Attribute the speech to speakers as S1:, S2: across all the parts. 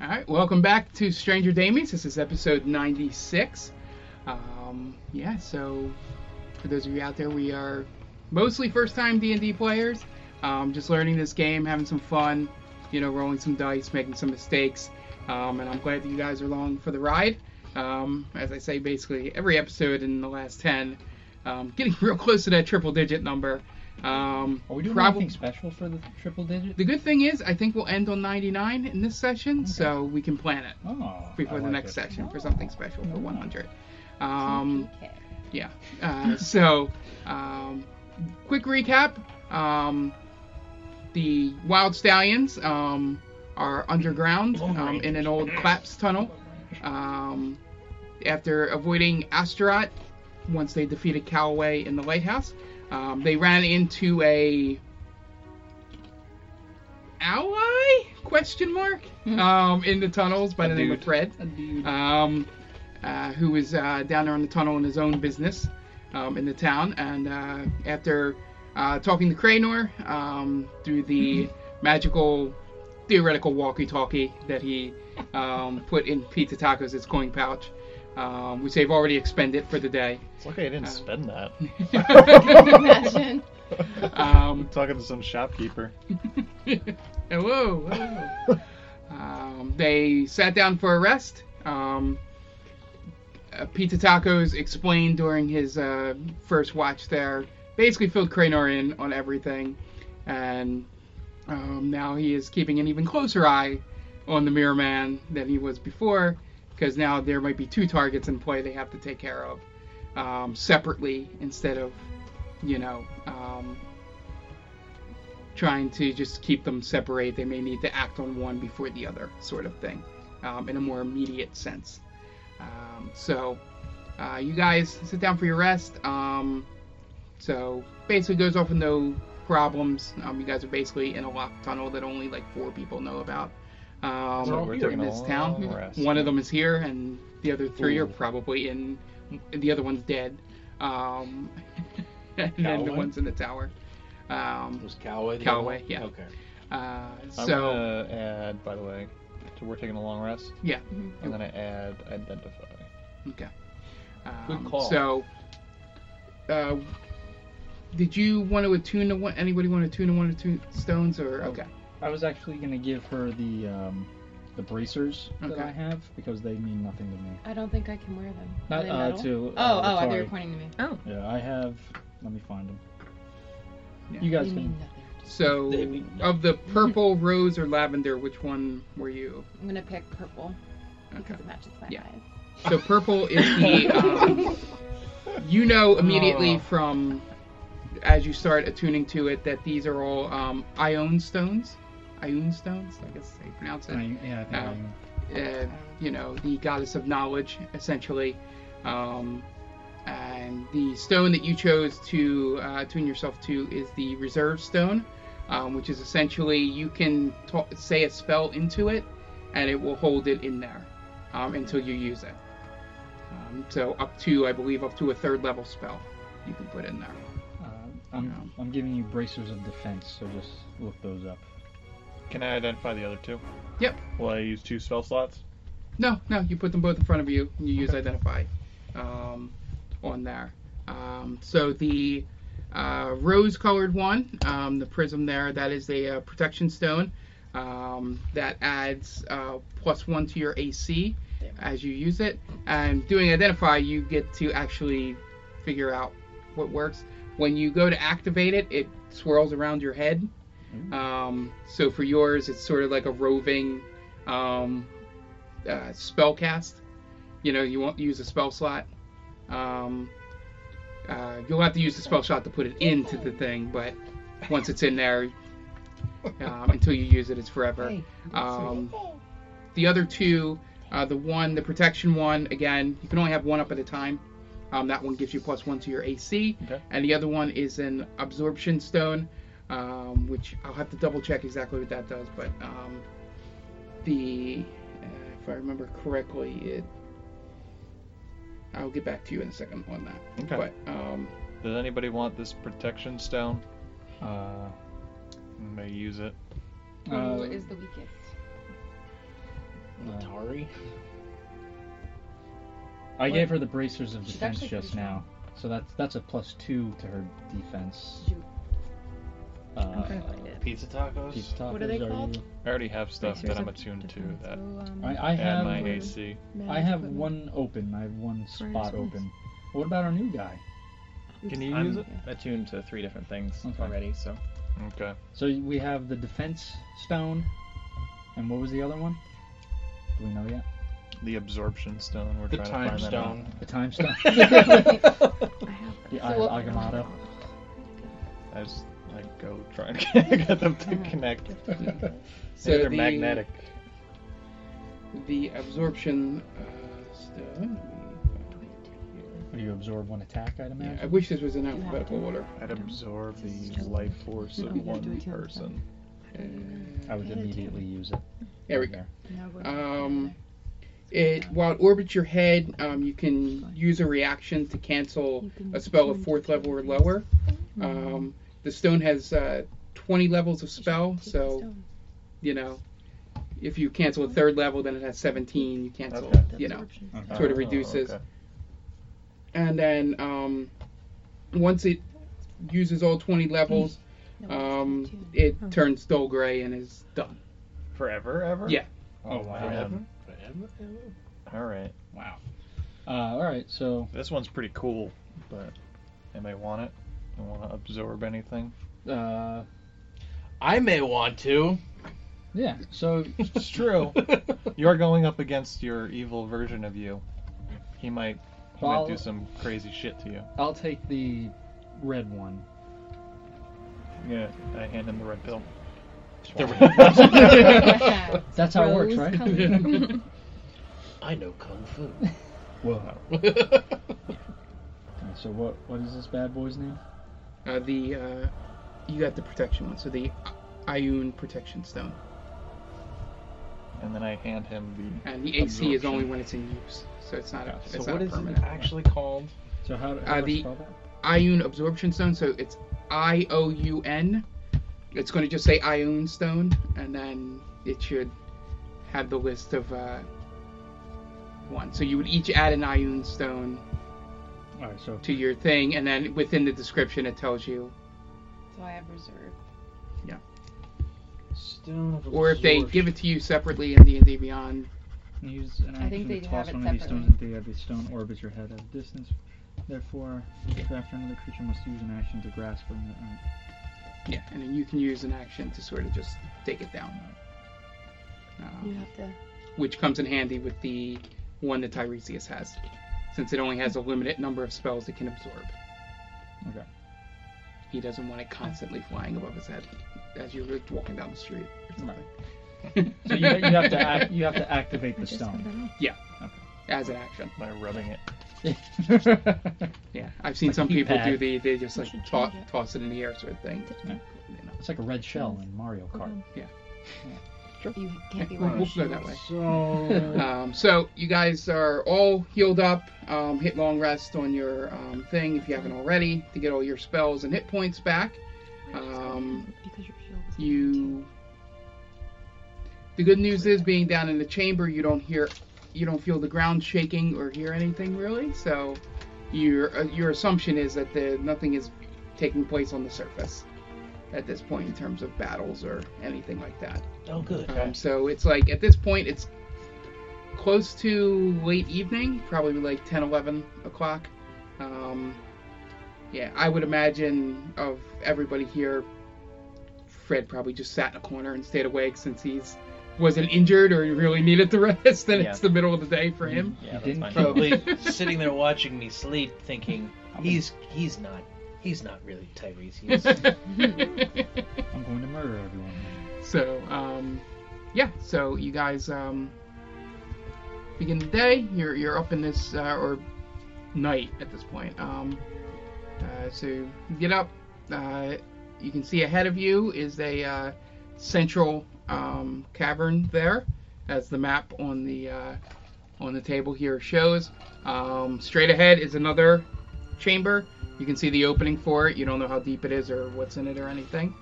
S1: All right, welcome back to Stranger Damies. This is episode 96. Um, yeah, so for those of you out there, we are mostly first-time D&D players, um, just learning this game, having some fun, you know, rolling some dice, making some mistakes, um, and I'm glad that you guys are along for the ride. Um, as I say, basically every episode in the last 10, um, getting real close to that triple-digit number. Um,
S2: Are we doing
S1: probab-
S2: anything special for the triple digit?
S1: the good thing is, I think we'll end on 99 in this session, so we can plan it
S2: oh,
S1: before
S2: I
S1: the
S2: like
S1: next
S2: it.
S1: section for something special for 100. Um,
S2: Mm.
S3: Okay.
S1: yeah. Uh, so, um, quick recap. Um, the Wild Stallions um, are underground um, in an old collapse tunnel. Um, after avoiding Astaroth, once they defeated Callaway in the lighthouse, um, they ran into a ally? Question mark um, in the tunnels by
S2: A
S1: the name of
S2: dude.
S1: Fred
S3: A dude.
S1: um, uh, who was uh, down there in the tunnel in his own business um, in the town. And uh, after uh, talking to Cranor um, through the magical theoretical walkie-talkie that he um, put in Pizza Tacos' coin pouch, um, which they've already expended for the day.
S4: It's okay, I
S2: Uh,
S4: didn't spend that.
S3: Imagine.
S1: Um,
S4: Talking to some shopkeeper.
S1: Hello. hello. um, they sat down for a rest. Um, uh, Pizza Tacos explained during his uh, first watch there, basically filled Cranor in on everything, and um, now he is keeping an even closer eye on the Mirror Man than he was before, because now there might be two targets in play they have to take care of um, separately instead of, you know, um, trying to just keep them separate. They may need to act on one before the other, sort of thing, um, in a more immediate sense. Um, so, uh, you guys sit down for your rest. Um, so, basically, goes off with no problems. Um, you guys are basically in a locked tunnel that only like four people know about. Um,
S2: So we're
S1: in
S2: taking a
S1: this town,
S2: long rest.
S1: one of them is here, and the other three are
S2: Ooh.
S1: probably in. The other one's dead. Um, and then the
S2: Cowlin?
S1: one's in the tower. Um,
S2: Was Callaway? the
S1: Callaway,
S2: other one?
S1: yeah.
S2: Okay.
S1: uh,
S4: I'm
S1: so
S4: gonna add, by the way, to we're taking a long rest.
S1: yeah,
S4: I'm gonna add identify.
S1: okay.
S2: Good
S1: Um,
S2: call.
S1: So, uh, did you want to attune to one? Anybody want to attune to one of two stones or
S2: Oh.
S1: okay?
S2: I was actually gonna give her the um, the bracers
S1: Okay.
S2: that I have because they mean nothing to me.
S3: I don't think I can wear them. Are
S2: Not
S3: they
S2: uh,
S3: metal?
S2: to.
S3: Oh, oh, I thought you
S2: Atari.
S3: were pointing to me.
S2: Yeah, I have. Let me find them.
S1: Yeah.
S2: You
S3: You
S2: guys
S3: mean
S2: can.
S3: nothing.
S1: So,
S2: They mean-
S1: of the purple, rose, or lavender, which one were you?
S3: I'm gonna pick purple
S1: Okay.
S3: because it matches my
S1: Yeah.
S3: eyes.
S1: So purple is the.
S2: uh,
S1: Um, you know immediately from as you start attuning to it that these are all um, ion stones. Ion stones, I guess they pronounce it.
S2: I, yeah, I think.
S1: Uh,
S2: I can-
S1: uh, you know, the goddess of knowledge, essentially. Um, and the stone that you chose to uh, attune yourself to is the reserve stone, um, which is essentially you can ta say a spell into it, and it will hold it in there um, until you use it. Um, so up to, I believe, up to a third level spell you can put in there.
S2: uh, I'm, I'm giving you bracers of defense, so just look those up.
S4: Can I identify the other two?
S1: Yep.
S4: Will I use two spell slots?
S1: No, no, you put them both in front of you and you use identify um, on there. Um, so the uh, rose colored one, um, the prism there, that is a uh, protection stone um, that adds uh, plus one to your AC as you use it. And doing identify, you get to actually figure out what works. When you go to activate it, it swirls around your head. Um, so for yours, it's sort of like a roving um, uh, spell cast. You know, you won't use a spell slot. Um, uh, you'll have to use the spell slot to put it into the thing, but once it's in there, um, until you use it. It's forever.
S2: Hey,
S1: Um, the other two, uh, the one, the protection one, again, you can only have one up at a time. Um, that one gives you plus one to your AC,
S4: Okay.
S1: and the other one is an absorption stone, um, which I'll have to double check exactly what that does. But um, the, uh, if I remember correctly, it. I'll get back to you in a second on that.
S4: Okay.
S1: But um,
S4: Does anybody want this protection stone?
S2: Uh,
S4: May use it.
S3: Who
S2: uh,
S3: is the weakest?
S5: Natari.
S2: I gave her the bracers of
S3: She's
S2: defense
S3: actually
S2: just
S3: pretty
S2: now, so that's that's a plus two to her defense.
S3: Shoot. I'm
S2: Uh,
S3: trying to find it.
S5: Pizza tacos.
S2: Peach
S3: What are they
S2: tacos,
S3: called?
S2: you-
S4: I already have stuff
S3: Bracers
S4: that I'm
S3: of
S4: attuned to
S3: defense.
S4: that
S3: We'll, um,
S2: I, I
S4: add
S2: have
S4: my
S3: um,
S4: AC.
S3: manage
S2: uh, I have
S3: equipment.
S2: one open. I have one spot
S3: Furnace
S2: open. What about our new guy?
S4: Can you use
S5: I'm
S4: it?
S5: attuned to three different things
S2: Okay.
S5: already, so
S4: Okay.
S2: So we have the defense stone, and what was the other one? Do we know yet?
S4: The absorption stone. We're
S5: the
S4: trying to
S5: time
S4: find
S5: stone.
S2: The time stone.
S3: I have
S2: The
S3: so
S2: Eye
S3: what-
S2: of Agamotto.
S4: that out. I just like go try and get them to connect.
S1: so
S4: They're
S1: the-
S4: magnetic.
S1: The absorption uh, stone.
S2: Do you absorb one attack? I'd
S1: Yeah,
S2: imagine.
S1: I wish this was in alphabetical order.
S4: I'd absorb the
S3: Stone.
S4: life force
S3: Oh,
S4: of
S3: we gotta do
S4: one
S3: it to
S4: person.
S1: Uh,
S2: I would
S3: Yeah,
S2: immediately use it.
S1: there we
S2: right
S1: go.
S3: No, we're-
S1: Um, It while it orbits your head, um, you can use a reaction to cancel a spell of fourth level or lower.
S3: Hmm.
S1: Um, the stone has uh, 20 levels of spell,
S3: Take the
S1: so
S3: stone.
S1: you know if you cancel a third level, then it has 17. You cancel,
S4: Okay.
S3: The
S1: you know.
S3: absorption
S2: Okay.
S3: stone.
S1: Sort of
S4: Oh,
S1: reduces.
S4: okay.
S1: And then um, once it uses all 20 levels,
S3: No, it's
S1: um,
S3: too.
S1: it
S3: Oh.
S1: turns dull gray and is done.
S5: Forever, ever.
S1: Yeah.
S2: Oh, wow.
S4: man.
S5: Forever, ever.
S4: All right.
S2: Wow. Uh, all right. So
S4: This one's pretty cool, but they may want it. They want to absorb anything.
S2: uh,
S5: I may want to.
S2: yeah. So
S5: It's true.
S4: You're going up against your evil version of you. He might, he might
S2: Well-
S4: do some crazy shit to you.
S2: I'll take the red one.
S4: Yeah, I hand him the red pill.
S2: That's how it works,
S3: Rose
S2: right?
S3: colored.
S5: I know kung fu.
S2: Whoa. Okay, so what what is this bad boy's name?
S1: Uh, the uh, you got the protection one, so the Iune protection stone,
S4: And then I hand him the.
S1: and the AC is
S4: Absorption.
S1: only when it's in use, so it's not. A,
S4: Gotcha.
S1: it's not
S5: so what
S1: a
S5: is it
S1: permanent.
S5: actually called?
S2: So how,
S1: Uh,
S2: how do
S1: the-
S2: I spell that?
S1: Iune absorption stone, so it's I O U N. It's going to just say Iune stone, and then it should have the list of uh, one. So you would each add an Iune stone
S2: All right. So
S1: to your thing, and then within the description it tells you.
S3: So I have reserve.
S5: Stone of
S1: Or if they give it to you separately in D and D Beyond,
S2: You Use an
S3: I think
S2: action to
S3: they
S2: toss
S3: have it
S2: one of these
S3: separately.
S2: stones into the air. The stone orbits your head at a distance. Therefore, if after another creature must use an action to grasp or not.
S1: yeah, and then you can use an action to sort of just take it down. Um,
S3: You have to.
S1: which comes in handy with the one that Tiresias has, since it only has a limited number of spells it can absorb.
S2: Okay.
S1: He doesn't want it constantly flying above his head as you're like, walking down the street.
S2: So you, you have to act, you have to activate the stone.
S1: As an action.
S4: By rubbing it.
S2: it's
S1: Yeah. I've seen
S2: Like
S1: some
S2: heat
S1: people do
S2: pad.
S1: the, they just like
S3: should
S1: to-
S3: change it.
S1: toss it in the air sort of thing.
S2: Yeah.
S1: You know.
S2: like a red shell
S3: Mm.
S2: in Mario Kart.
S3: You can't be
S1: We'll-
S3: wearing
S1: we'll
S3: shoes.
S1: go that way.
S5: So
S1: Um, so you guys are all healed up. Um, hit long rest on your um, thing if you haven't already to get all your spells and hit points back. Um,
S3: because your shield was number
S1: you the good news is being down in the chamber you don't hear you don't feel the ground shaking or hear anything really so your uh, your assumption is that the nothing is taking place on the surface at this point in terms of battles or anything like that
S5: oh good.
S1: um, so it's like at this point it's close to late evening, probably like 10, 11 o'clock. Um, yeah, I would imagine of everybody here, Fred probably just sat in a corner and stayed awake since he's wasn't injured or he really needed the rest, and it's
S5: Yeah.
S1: the middle of the day for him.
S5: Yeah, that's
S2: didn't
S5: fine.
S2: kill
S5: Probably sitting there watching me sleep, thinking
S2: I'm,
S5: he's he's not he's not really Tyrese. He's
S1: yeah,
S2: I'm going to murder everyone.
S1: So, um, yeah. So you guys um, begin the day. You're you're up in this uh, or night at this point. Um, uh, so you get up. Uh, you can see ahead of you is a uh, central um, cavern there, as the map on the uh, on the table here shows. Um, straight ahead is another chamber. You can see the opening for it. You don't know how deep it is or what's in it or anything.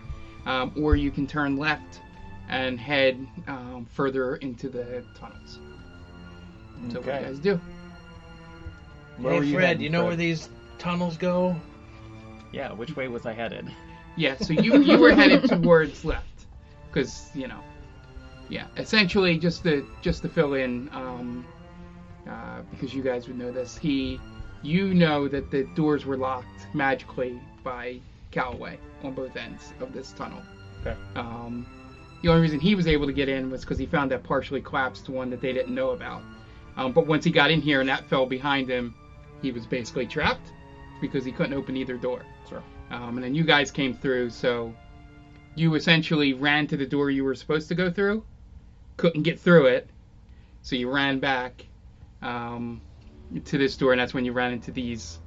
S1: Um, or you can turn left and head um, further into the tunnels. So what do you
S4: Okay.
S1: guys do?
S4: Where were
S5: hey,
S4: you
S5: Fred,
S4: heading,
S5: you know
S4: Fred?
S5: where these tunnels go?
S6: Yeah, which way was I headed?
S1: Yeah, so you, you were headed towards left, because you know, yeah. Essentially, just to just to fill in, um, uh, because you guys would know this. He, you know that the doors were locked magically by Callaway on both ends of this tunnel.
S4: Okay.
S1: Um, the only reason he was able to get in was because he found that partially collapsed one that they didn't know about. Um, but once he got in here and that fell behind him, he was basically trapped because he couldn't open either door.
S4: Sure.
S1: Um, and then you guys came through, so you essentially ran to the door you were supposed to go through, couldn't get through it, so you ran back um, to this door, and that's when you ran into these,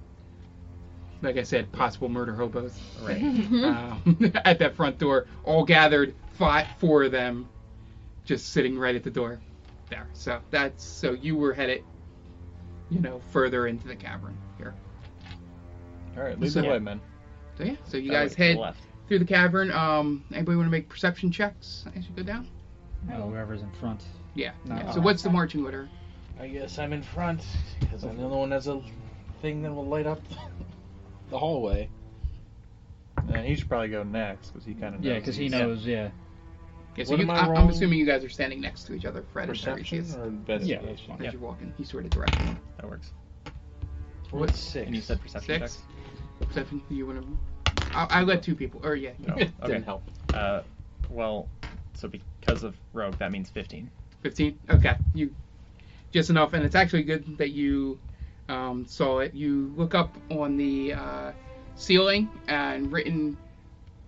S1: like I said, possible murder hobos
S6: Right.
S1: um, at that front door, all gathered, five, four of them, just sitting right at the door, there. So that's so you were headed, you know, further into the cavern here.
S4: All right, lead the
S1: Yeah.
S4: way, man.
S1: So yeah, so you
S6: Oh,
S1: guys
S6: wait, to the
S1: head
S6: left.
S1: through the cavern. Um, anybody want to make perception checks as you go down?
S3: Oh.
S2: No, uh, whoever's in front.
S1: Yeah.
S2: No.
S1: yeah. So what's the marching order?
S5: I guess I'm in front because I'm the only one that's a thing that will light up the hallway.
S4: Uh, he should probably go next because he kind of
S2: Yeah, because he knows. Yeah.
S1: Yeah, so
S5: What
S1: you,
S5: am I
S1: I am
S5: rolling?
S1: assuming you guys are standing next to each other, Fred and
S4: perception
S1: Tiresias,
S4: or investigation.
S1: as you're walking. He's sort of directing. you.
S6: That works.
S5: What's six?
S6: And you said perception
S1: Six. Perception. You want to? I, I let two people. Or yeah.
S6: checks? No. Okay.
S4: Didn't help.
S6: Uh, well, so because of rogue, that means 15.
S1: 15 okay you just enough and it's actually good that you um, saw it you look up on the uh, ceiling and written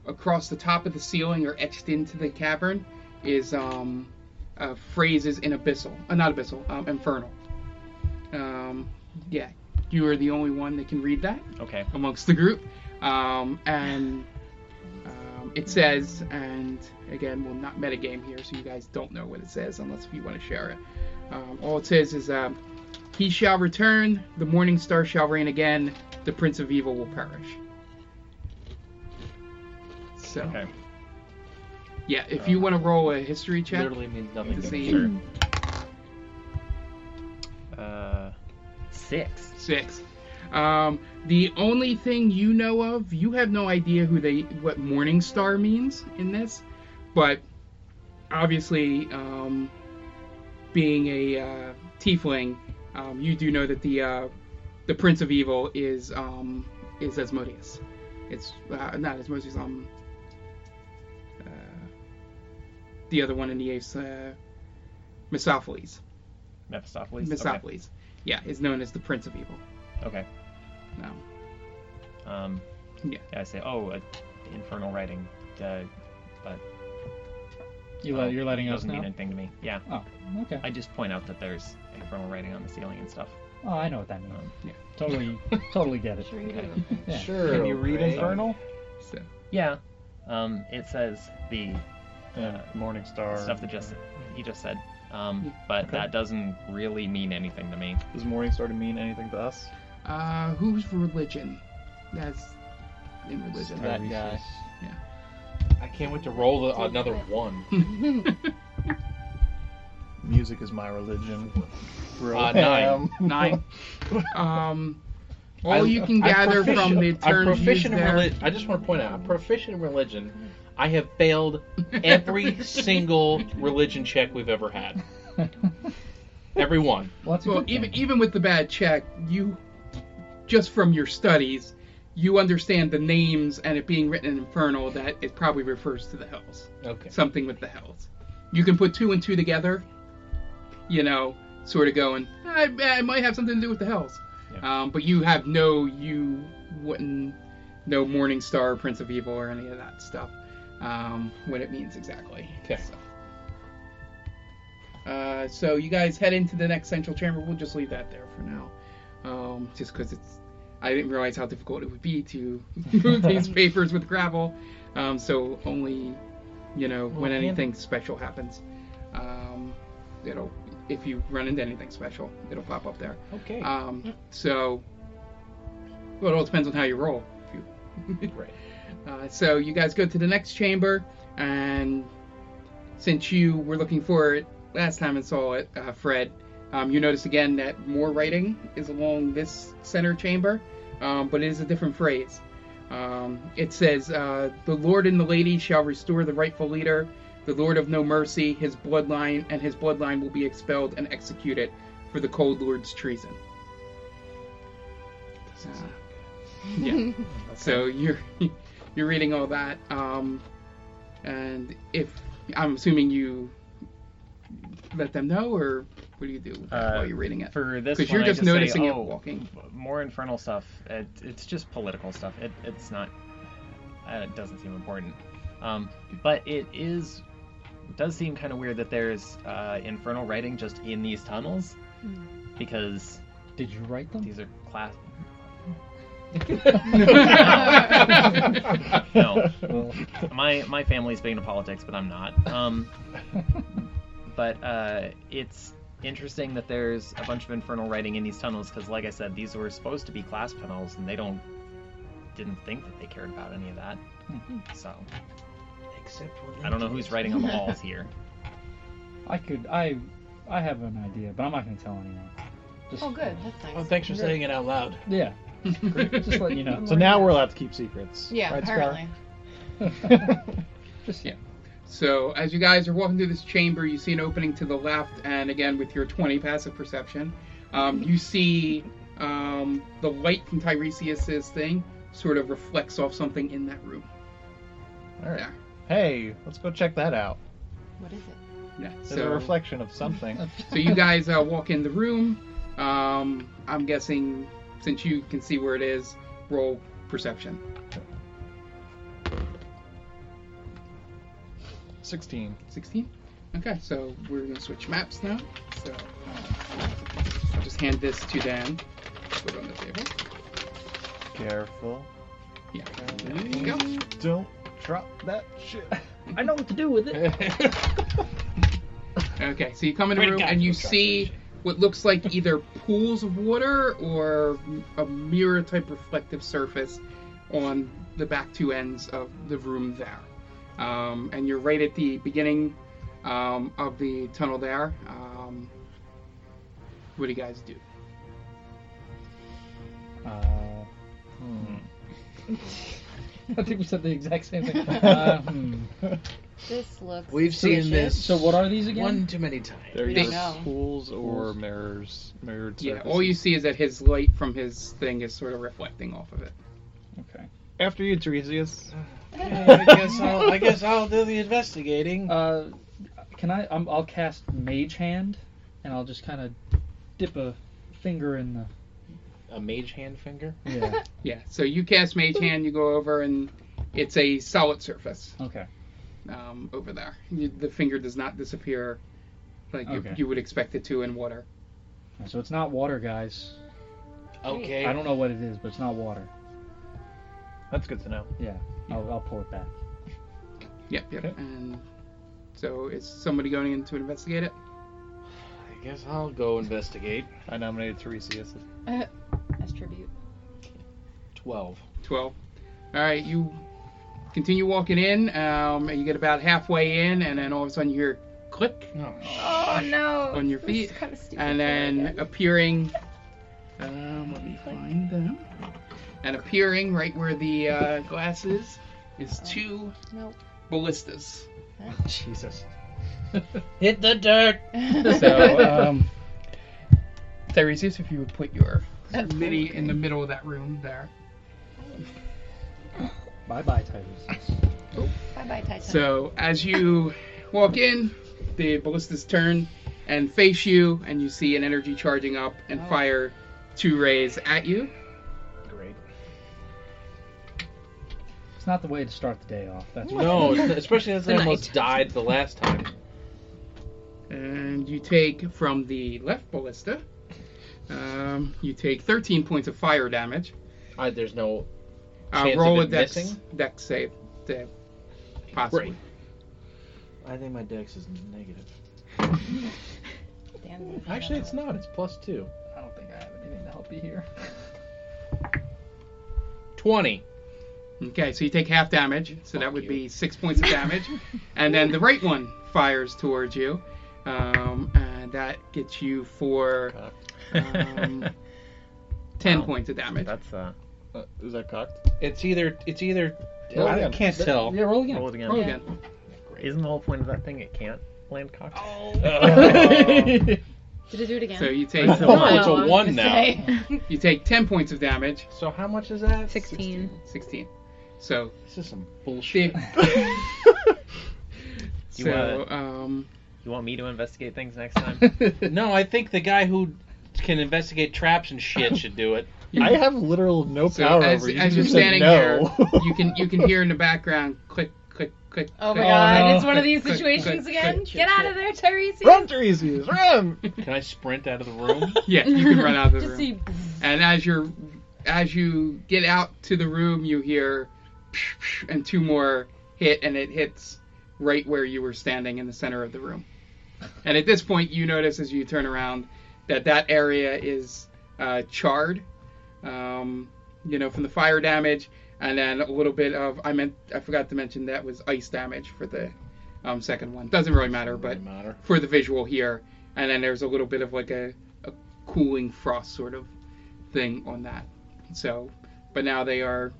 S1: across the top of the ceiling or etched into the cavern is um, uh, phrases in abyssal uh, not abyssal um, infernal um, yeah you are the only one that can read that
S6: Okay.
S1: amongst the group. Um, and um, it says, and again, we'll not metagame here, so you guys don't know what it says unless you want to share it. Um, all it says is, um, He shall return, the morning star shall reign again, the prince of evil will perish. So,
S6: Okay.
S1: yeah, if you want to roll a history check
S5: Literally means nothing.
S1: to
S5: To me.
S1: see
S6: Sure. Uh, six.
S1: six. Um, the only thing you know of, you have no idea who they what Morning Star means in this, but obviously, um, being a uh, tiefling, um, you do know that the uh, the Prince of Evil is um, is Asmodeus. It's uh, not Asmodeus. Um, uh, the other one in the Ace, uh, Mistopheles.
S6: Mephistopheles.
S1: Mistopheles, yeah, is known as the Prince of Evil.
S6: Okay.
S1: No.
S6: okay. Um,
S1: Yeah.
S6: I say, oh, uh, infernal writing. Uh,
S2: You let, you're letting us
S6: doesn't mean
S2: know.
S6: anything to me. Yeah.
S2: Oh, okay.
S6: I just point out that there's infernal writing on the ceiling and stuff.
S2: Oh, I know what that means.
S1: Yeah.
S2: Totally, totally get it.
S3: Sure you
S6: Okay.
S3: do.
S2: Yeah.
S5: Sure.
S4: Can you read
S5: right?
S4: Infernal?
S1: So.
S6: Yeah. Um, it says the
S4: Yeah. Morning Star.
S6: Uh, stuff that just he just said. Um, but
S4: Okay.
S6: that doesn't really mean anything to me.
S4: Does Morning Star mean anything to us?
S1: Uh, whose religion? That's in religion.
S5: That guy.
S1: Yeah.
S5: I can't wait to roll the, another one.
S4: Music is my religion.
S5: Uh, nine.
S1: Nine. Um, all
S5: I-
S1: you can
S5: I'm
S1: gather from the
S5: proficient- I'm
S1: terms used
S5: proficient in
S1: there.
S5: religion. I just want to point out, I'm proficient in religion. I have failed every single religion check we've ever had. Every one.
S2: Well, that's a
S1: well,
S2: good
S1: even
S2: thing.
S1: even with the bad check, you just from your studies, you understand the names and it being written in infernal that it probably refers to the hells.
S5: Okay.
S1: Something with the hells. You can put two and two together. You know, sort of going. I, I might have something to do with the hells. Um, but you have no, you wouldn't know Morningstar, Prince of Evil, or any of that stuff. um, what it means exactly.
S5: Okay.
S1: So, uh, so you guys head into the next central chamber. We'll just leave that there for now, um, just because it's. I didn't realize how difficult it would be to move these papers with gravel, um, so only, you know, when
S4: Well, yeah.
S1: anything special happens, um, it'll. If you run into anything special, it'll pop up there.
S5: Okay.
S1: Um, so, well, it all depends on how you roll. If you-
S5: Right.
S1: Uh, so you guys go to the next chamber, and since you were looking for it last time and saw it, uh, Fred, um, you notice again that more writing is along this center chamber, um, but it is a different phrase. Um, it says, uh, "The Lord and the Lady shall restore the rightful leader, the Lord of no mercy, his bloodline, and his bloodline will be expelled and executed for the Cold Lord's treason." Uh, yeah. So you're you're reading all that, um, and if I'm assuming you let them know, or what do you do
S6: Uh,
S1: while you're reading it?
S6: For this,
S1: Because
S6: one,
S1: you're
S6: I
S1: just
S6: say,
S1: noticing it
S6: "Oh,
S1: walking.
S6: More infernal stuff. It, it's just political stuff. It, it's not. uh, It doesn't seem important. Um, but it is. Does seem kind of weird that there's uh, infernal writing just in these tunnels, because
S2: Did you write them?
S6: these are class.
S5: Right.
S6: No, my my family's big into politics, but I'm not. Um, but uh, it's interesting that there's a bunch of infernal writing in these tunnels because, like I said, these were supposed to be class tunnels, and they don't didn't think that they cared about any of that. So
S5: Except when
S6: I don't know who's writing on the walls here.
S2: I could. I. I have an idea, but I'm not going to tell anyone. Just,
S3: Oh, good. That's nice.
S5: Well, thanks for saying it out loud.
S2: Yeah. Just letting you know.
S4: So now we're allowed to keep secrets.
S3: Yeah,
S4: right, Skylar?
S3: apparently.
S2: Just yeah.
S1: So as you guys are walking through this chamber, you see an opening to the left, and again with your 20 passive perception, um, you see um, the light from Tiresias's thing sort of reflects off something in that room.
S4: All right.
S1: Yeah.
S4: Hey, let's go check that out.
S3: What is it?
S1: Yeah.
S4: There's a
S1: So,
S4: reflection of something.
S1: so you guys uh, walk in the room. Um, I'm guessing since you can see where it is, roll perception.
S4: 16.
S1: 16. Okay, so we're gonna switch maps now. So uh, I'll just hand this to Dan. Put it on the table.
S4: Careful.
S1: Yeah. There you go.
S4: Don't drop that shit.
S2: I know what to do with it.
S1: Okay, so you come in the
S5: Great
S1: room
S5: guy
S1: and
S5: for
S1: you
S5: construction.
S1: see what looks like either pools of water or a mirror type reflective surface on the back two ends of the room there. Um, and you're right at the beginning um, of the tunnel there. Um, what do you guys do?
S2: Uh, I think we said the exact same thing. Uh, hmm.
S3: This looks.
S5: We've seen this.
S2: So what are these again?
S5: One too many times.
S4: They're
S3: We don't
S4: either
S3: know.
S4: pools or mirrors. Mirrored
S1: Yeah,
S4: surfaces.
S1: all you see is that his light from his thing is sort of reflecting off of it.
S2: Okay.
S4: After you, Tiresias.
S1: Uh.
S5: I guess I'll, I guess I'll do the investigating.
S2: Uh, can I? Um, I'll cast Mage Hand, and I'll just kind of dip a finger in the.
S5: a mage hand finger.
S2: Yeah.
S1: Yeah, so you cast Mage Hand, you go over, and it's a solid surface.
S2: okay.
S1: um, over there. You, the finger does not disappear like
S2: Okay.
S1: you, you would expect it to in water.
S2: So it's not water, guys.
S5: Okay.
S2: I don't know what it is, but it's not water.
S4: That's good to know.
S2: Yeah. I'll, I'll pull it back.
S1: Yep, yep.
S4: Okay.
S1: And so is somebody going in to investigate it?
S5: I guess I'll go investigate.
S4: I nominated Tiresias.
S3: As tribute.
S5: Twelve.
S1: 12. All right, you continue walking in, um, and you get about halfway in, and then all of a sudden you hear click,
S5: No.
S3: Oh no.
S1: On your
S3: This
S1: feet,
S3: is kinda stupid
S1: and
S3: for
S1: then
S3: again.
S1: appearing. Um, let me find them. And appearing right where the uh, glass is, is two
S3: Oh, Nope.
S1: ballistas.
S4: Jesus.
S5: Hit the dirt. uh,
S1: So, um, Tiresias, if you would put your mini in the middle of that room there.
S2: Bye, bye, Titus.
S3: Bye bye, Titan.
S1: So, as you walk in, the ballistas turn and face you, and you see an energy charging up and
S5: Oh.
S1: fire two rays at you.
S5: Great.
S2: It's not the way to start the day off. That's for
S5: No, especially as I
S7: Tonight.
S5: almost died the last time.
S1: And you take from the left ballista, um, you take 13 points of fire damage.
S5: I, there's no
S1: Uh,
S5: Chance of
S1: roll a
S5: it
S1: dex,
S5: missing?
S1: dex save. save. Possibly.
S5: Great.
S4: I think my dex is negative.
S3: Damn it.
S5: Actually, it's not. It's plus two.
S2: sure. I don't think I have anything to help you here.
S5: 20.
S1: Okay, so you take half damage, so that would be six points of damage. and then the right one fires towards you, um, and that gets you for
S4: Cocked.
S1: um, 10
S6: Wow.
S1: points of damage.
S6: That's uh.
S4: Uh, is that cocked?
S5: It's either. It's either.
S4: Roll
S5: I
S4: again.
S5: can't tell.
S2: Yeah, roll again.
S6: Roll it again.
S1: Roll
S3: Yeah.
S1: again.
S6: Isn't the whole point of that thing? It can't land cocked.
S7: Did it do it again?
S1: So you take
S5: It's a
S7: Oh,
S5: it's a
S7: I was
S5: one
S7: gonna
S5: now.
S7: say.
S1: you take 10 points of damage,
S4: So how much is that?
S7: 16.
S1: 16. So,
S4: This is some
S1: the-
S4: bullshit.
S6: You
S1: so um,
S6: You want me to investigate things next time?
S5: No, I think the guy who can investigate traps and shit should do it.
S1: you-
S4: I have literal no
S1: So
S4: power
S1: as-
S4: over you.
S1: as
S4: You
S1: you're
S4: said
S1: standing
S4: no.
S1: you can you can hear in the background click click click.
S3: Oh my
S1: click.
S3: god,
S2: no.
S3: it's one of these
S1: Click, click,
S3: situations
S1: click,
S3: again.
S1: click,
S3: Get out of there, Tyrese.
S4: Run, Tiresias, run!
S5: Can I sprint out of the room?
S1: Yeah, you can run out of the
S3: Just
S1: room.
S3: see.
S1: And as you're as you get out to the room, you hear and two more hit, and it hits right where you were standing in the center of the room. And at this point, you notice as you turn around that that area is uh, charred, um, you know, from the fire damage, and then a little bit of I meant I forgot to mention that was ice damage for the um, second one. Doesn't really matter, but
S5: Doesn't matter.
S1: for the visual here, and then there's a little bit of like a, a cooling frost sort of thing on that. So, but now they are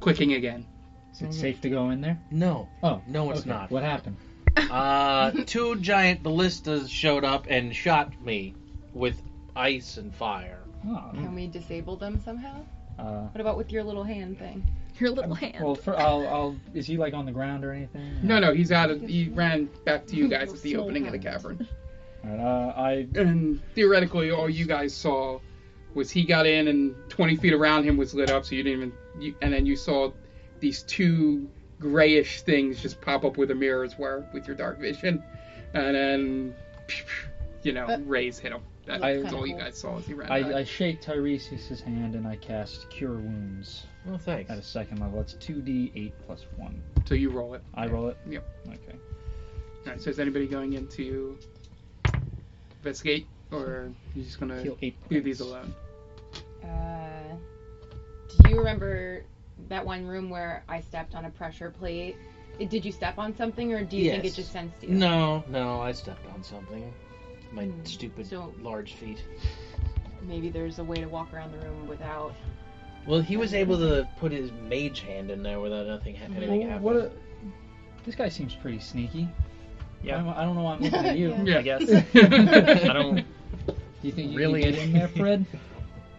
S1: clicking again.
S2: Is it safe to go in there?
S5: No.
S2: Oh
S5: No, it's
S2: okay.
S5: not.
S2: What happened?
S5: Uh, two giant ballistas showed up and shot me with ice and fire.
S2: Oh,
S3: Can we disable them somehow?
S2: uh,
S3: What about with your little hand thing?
S7: Your little hand.
S2: well, for, I'll, I'll. Is he like on the ground or anything?
S1: No, no, he's out of. He ran back to you guys at the opening of the cavern,
S2: All right, uh, I.
S1: and theoretically, all you guys saw was he got in, and 20 feet around him was lit up, so you didn't even. You, and then you saw these two grayish things just pop up where the mirrors were with your dark vision, and then you know
S3: But-
S1: rays hit him. That,
S3: I-
S1: that's all you guys saw as he ran. back.
S2: I, I shake Tiresias' hand and I cast Cure Wounds
S5: Well, thanks.
S2: at a second level. That's 2d8 plus 1.
S1: So you roll it.
S2: I roll it?
S1: Yep.
S2: Okay.
S1: All right, so is anybody going in to investigate, or are you just gonna
S2: Heal 8 points.
S1: do these alone?
S3: Uh, do you remember that one room where I stepped on a pressure plate? It- Did you step on something, or do you think it
S5: Yes.
S3: just sensed you?
S5: No, no, I stepped on something. My
S3: Hmm.
S5: stupid
S3: So-
S5: large feet.
S3: Maybe there's a way to walk around the room without.
S5: Well, he was able to put his mage hand in there without nothing ha- anything
S2: Well,
S5: happening.
S2: what a, this guy seems pretty sneaky.
S6: Yeah.
S2: I don't, I don't know why I'm looking at you.
S3: Yeah.
S6: I guess. I
S1: Yeah.
S6: don't.
S2: Do you think you
S6: Really?
S2: can get in there, Fred?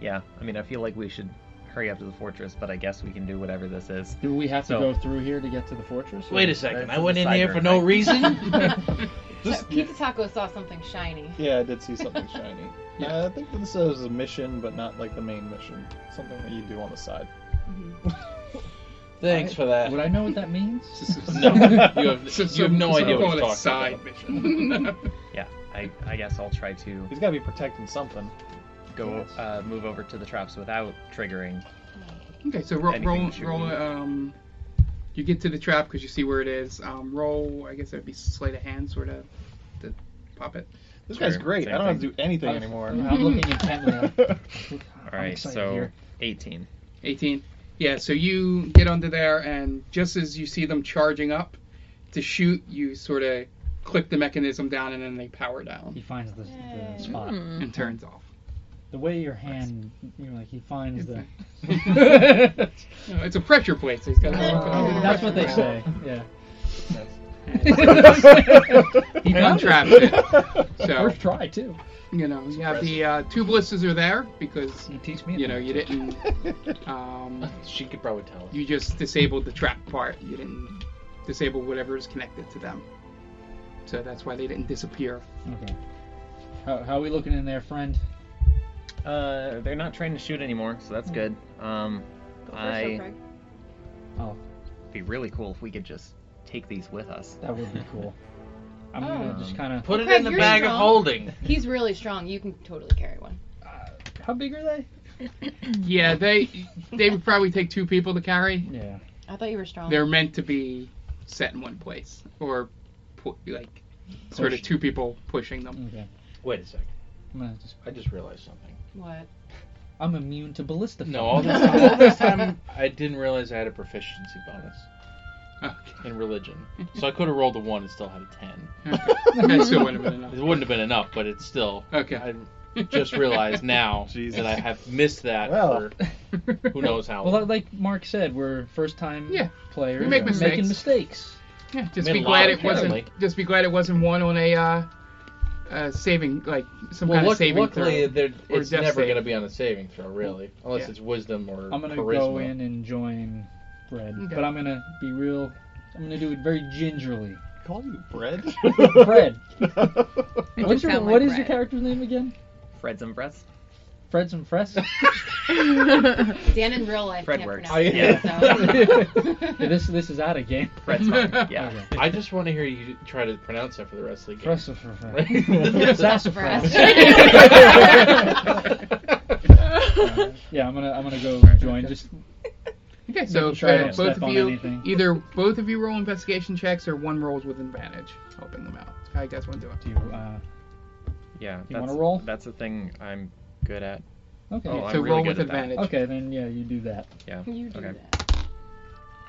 S6: Yeah. I mean, I feel like we should hurry up to the fortress, but I guess we can do whatever this is.
S2: Do we have to
S6: So-
S2: go through here to get to the fortress? or-
S5: Wait a second!
S6: That's
S5: I went
S6: a
S5: in here
S6: cyber
S5: for no
S6: thing.
S5: reason.
S4: This-
S3: That Pizza Taco saw something shiny.
S4: Yeah, I did see something shiny. Uh, I think this is a mission, but not like the main mission. Something that you do on the side.
S5: thanks for that.
S2: Would I know what that means?
S5: No, you have,
S1: So-
S5: you have no
S1: so
S5: idea
S1: call it
S5: what he's talking
S1: side
S5: about.
S1: mission.
S6: Yeah. I, I guess I'll try to
S4: He's got to be protecting something.
S6: go uh, move over to the traps without triggering.
S1: okay, so ro-
S6: Anything
S1: roll,
S6: that you
S1: roll.
S6: need.
S1: Um, you get to the trap because you see where it is. Um, roll. I guess that'd be sleight of hand, sort of, to pop it.
S4: This
S6: Sure,
S4: guy's great. I
S6: same
S4: don't have to
S6: thing.
S4: do anything
S2: I'm-
S4: anymore.
S2: I'm looking intently. I'm-
S6: All
S2: I'm
S6: right.
S2: excited
S6: So
S2: here.
S6: 18.
S1: 18. Yeah, so you get under there, and just as you see them charging up to shoot, you sort of click the mechanism down, and then they power down
S2: he finds the, the
S3: Yay.
S2: spot.
S7: Hmm.
S1: and turns off.
S2: The way your hand, you know, like he finds the.
S1: No, it's a pressure plate, so he's got to
S3: Oh.
S2: That's what they say. Yeah.
S1: He done trapped it. So,
S2: First try too.
S1: you know, you have the uh, two ballistas are there because,
S2: You teach me.
S1: you know, you didn't, um,
S5: She could probably tell. us.
S1: you just disabled the trap part. You didn't disable whatever is connected to them. So that's why they didn't disappear.
S2: Okay. How, how are we looking in there, friend? Mm.
S6: Uh, they're not trying to shoot anymore, so that's good. Um,
S3: Go first,
S6: I
S3: Craig.
S2: Oh,
S6: be really cool if we could just take these with us.
S2: That would be cool. I'm gonna
S6: Oh.
S2: just kind of.
S5: Put it
S3: Craig,
S5: in the
S3: you're
S5: bag of
S3: strong.
S5: holding.
S3: He's really strong. You can totally carry one.
S2: How big are they?
S1: Yeah, they they would probably take two people to carry.
S2: Yeah.
S3: I thought you were strong.
S1: They're meant to be set in one place or pu- like sort of
S2: Pushed.
S1: two people pushing them.
S2: Okay.
S5: Wait a sec.
S2: I'm gonna just.
S5: I just realized something.
S3: What?
S2: I'm immune to ballista.
S5: No, all
S2: fire.
S5: this, all this time I didn't realize I had a proficiency bonus
S1: Okay.
S5: in religion, so I could have rolled a one and still had a ten.
S1: That still wouldn't have been
S5: It
S1: enough.
S5: wouldn't have been enough, but it's still.
S1: Okay.
S5: I just realized now
S4: Jesus.
S5: that I have missed that
S4: Well.
S5: for who knows how.
S2: Well,
S5: long.
S2: like- like Mark said, we're first time
S1: Yeah.
S2: players
S1: We make
S2: making mistakes.
S1: Yeah, just
S5: Made
S1: be
S5: a lot,
S1: glad it wasn't.
S5: apparently.
S1: Just be glad it wasn't one on a uh, uh, saving like some
S5: Well,
S1: kind
S5: luck-
S1: of saving
S5: luckily,
S1: throw.
S5: there-
S1: or
S5: it's
S1: death
S5: never
S1: save.
S5: going to be on a saving throw, really, unless
S1: Yeah.
S5: it's wisdom or
S2: I'm gonna
S5: charisma.
S2: go in and join Bread,
S1: Okay.
S2: but I'm gonna be real. I'm gonna do it very gingerly.
S4: Call you bread?
S2: Bread.
S3: It
S2: What's
S3: did
S2: your,
S3: sound like
S2: what is your
S3: bread.
S2: character's name again?
S6: Fred's and Brett's?
S2: Fred's and Fress.
S3: Dan in real life
S6: Fred
S3: can't
S6: works.
S3: pronounce
S6: Yeah.
S5: Oh,
S3: it, so-
S2: this this is out of game.
S6: Fred's fine. Yeah.
S2: Okay.
S5: I just want to hear you try to pronounce that for the rest of the game.
S2: Fress of Fred.
S3: Sassafras.
S2: Yeah, I'm gonna I'm gonna go join. Just
S1: okay, so uh,
S2: Try not to
S1: both
S2: step
S1: of
S2: on
S1: you,
S2: anything.
S1: either both of you roll investigation checks or one rolls with advantage, helping them out. How you guys want to do it?
S2: do. Uh,
S6: Yeah.
S2: You
S6: that's-
S2: wanna roll?
S6: That's a thing I'm good at.
S2: okay.
S6: Oh, I'm
S1: so
S6: really
S1: roll
S6: good
S1: with
S6: at that.
S1: advantage.
S2: okay, then yeah, you do that.
S6: Yeah.
S3: You do
S6: Okay.
S3: that.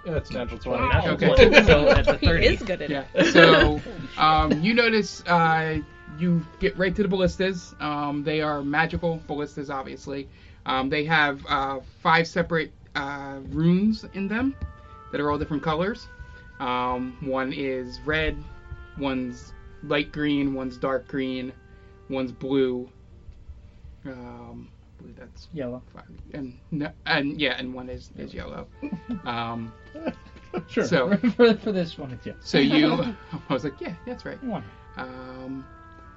S4: Yeah, it's natural 20.
S6: Well, natural
S1: Okay.
S6: 20, so that's a
S7: He
S6: 30.
S7: is good at
S1: Yeah.
S7: it.
S1: So um, you notice uh, you get right to the ballistas. Um, they are magical ballistas, obviously. Um, they have uh, five separate uh, runes in them that are all different colors. Um, one is red, one's light green, one's dark green, one's blue. Um, I believe that's
S2: Yellow.
S1: five. And no, and yeah, and one is, is yellow. Um,
S4: Sure.
S1: so
S2: for, for this one, it's yeah.
S1: so you, I was like, yeah, that's right.
S2: One.
S1: Um,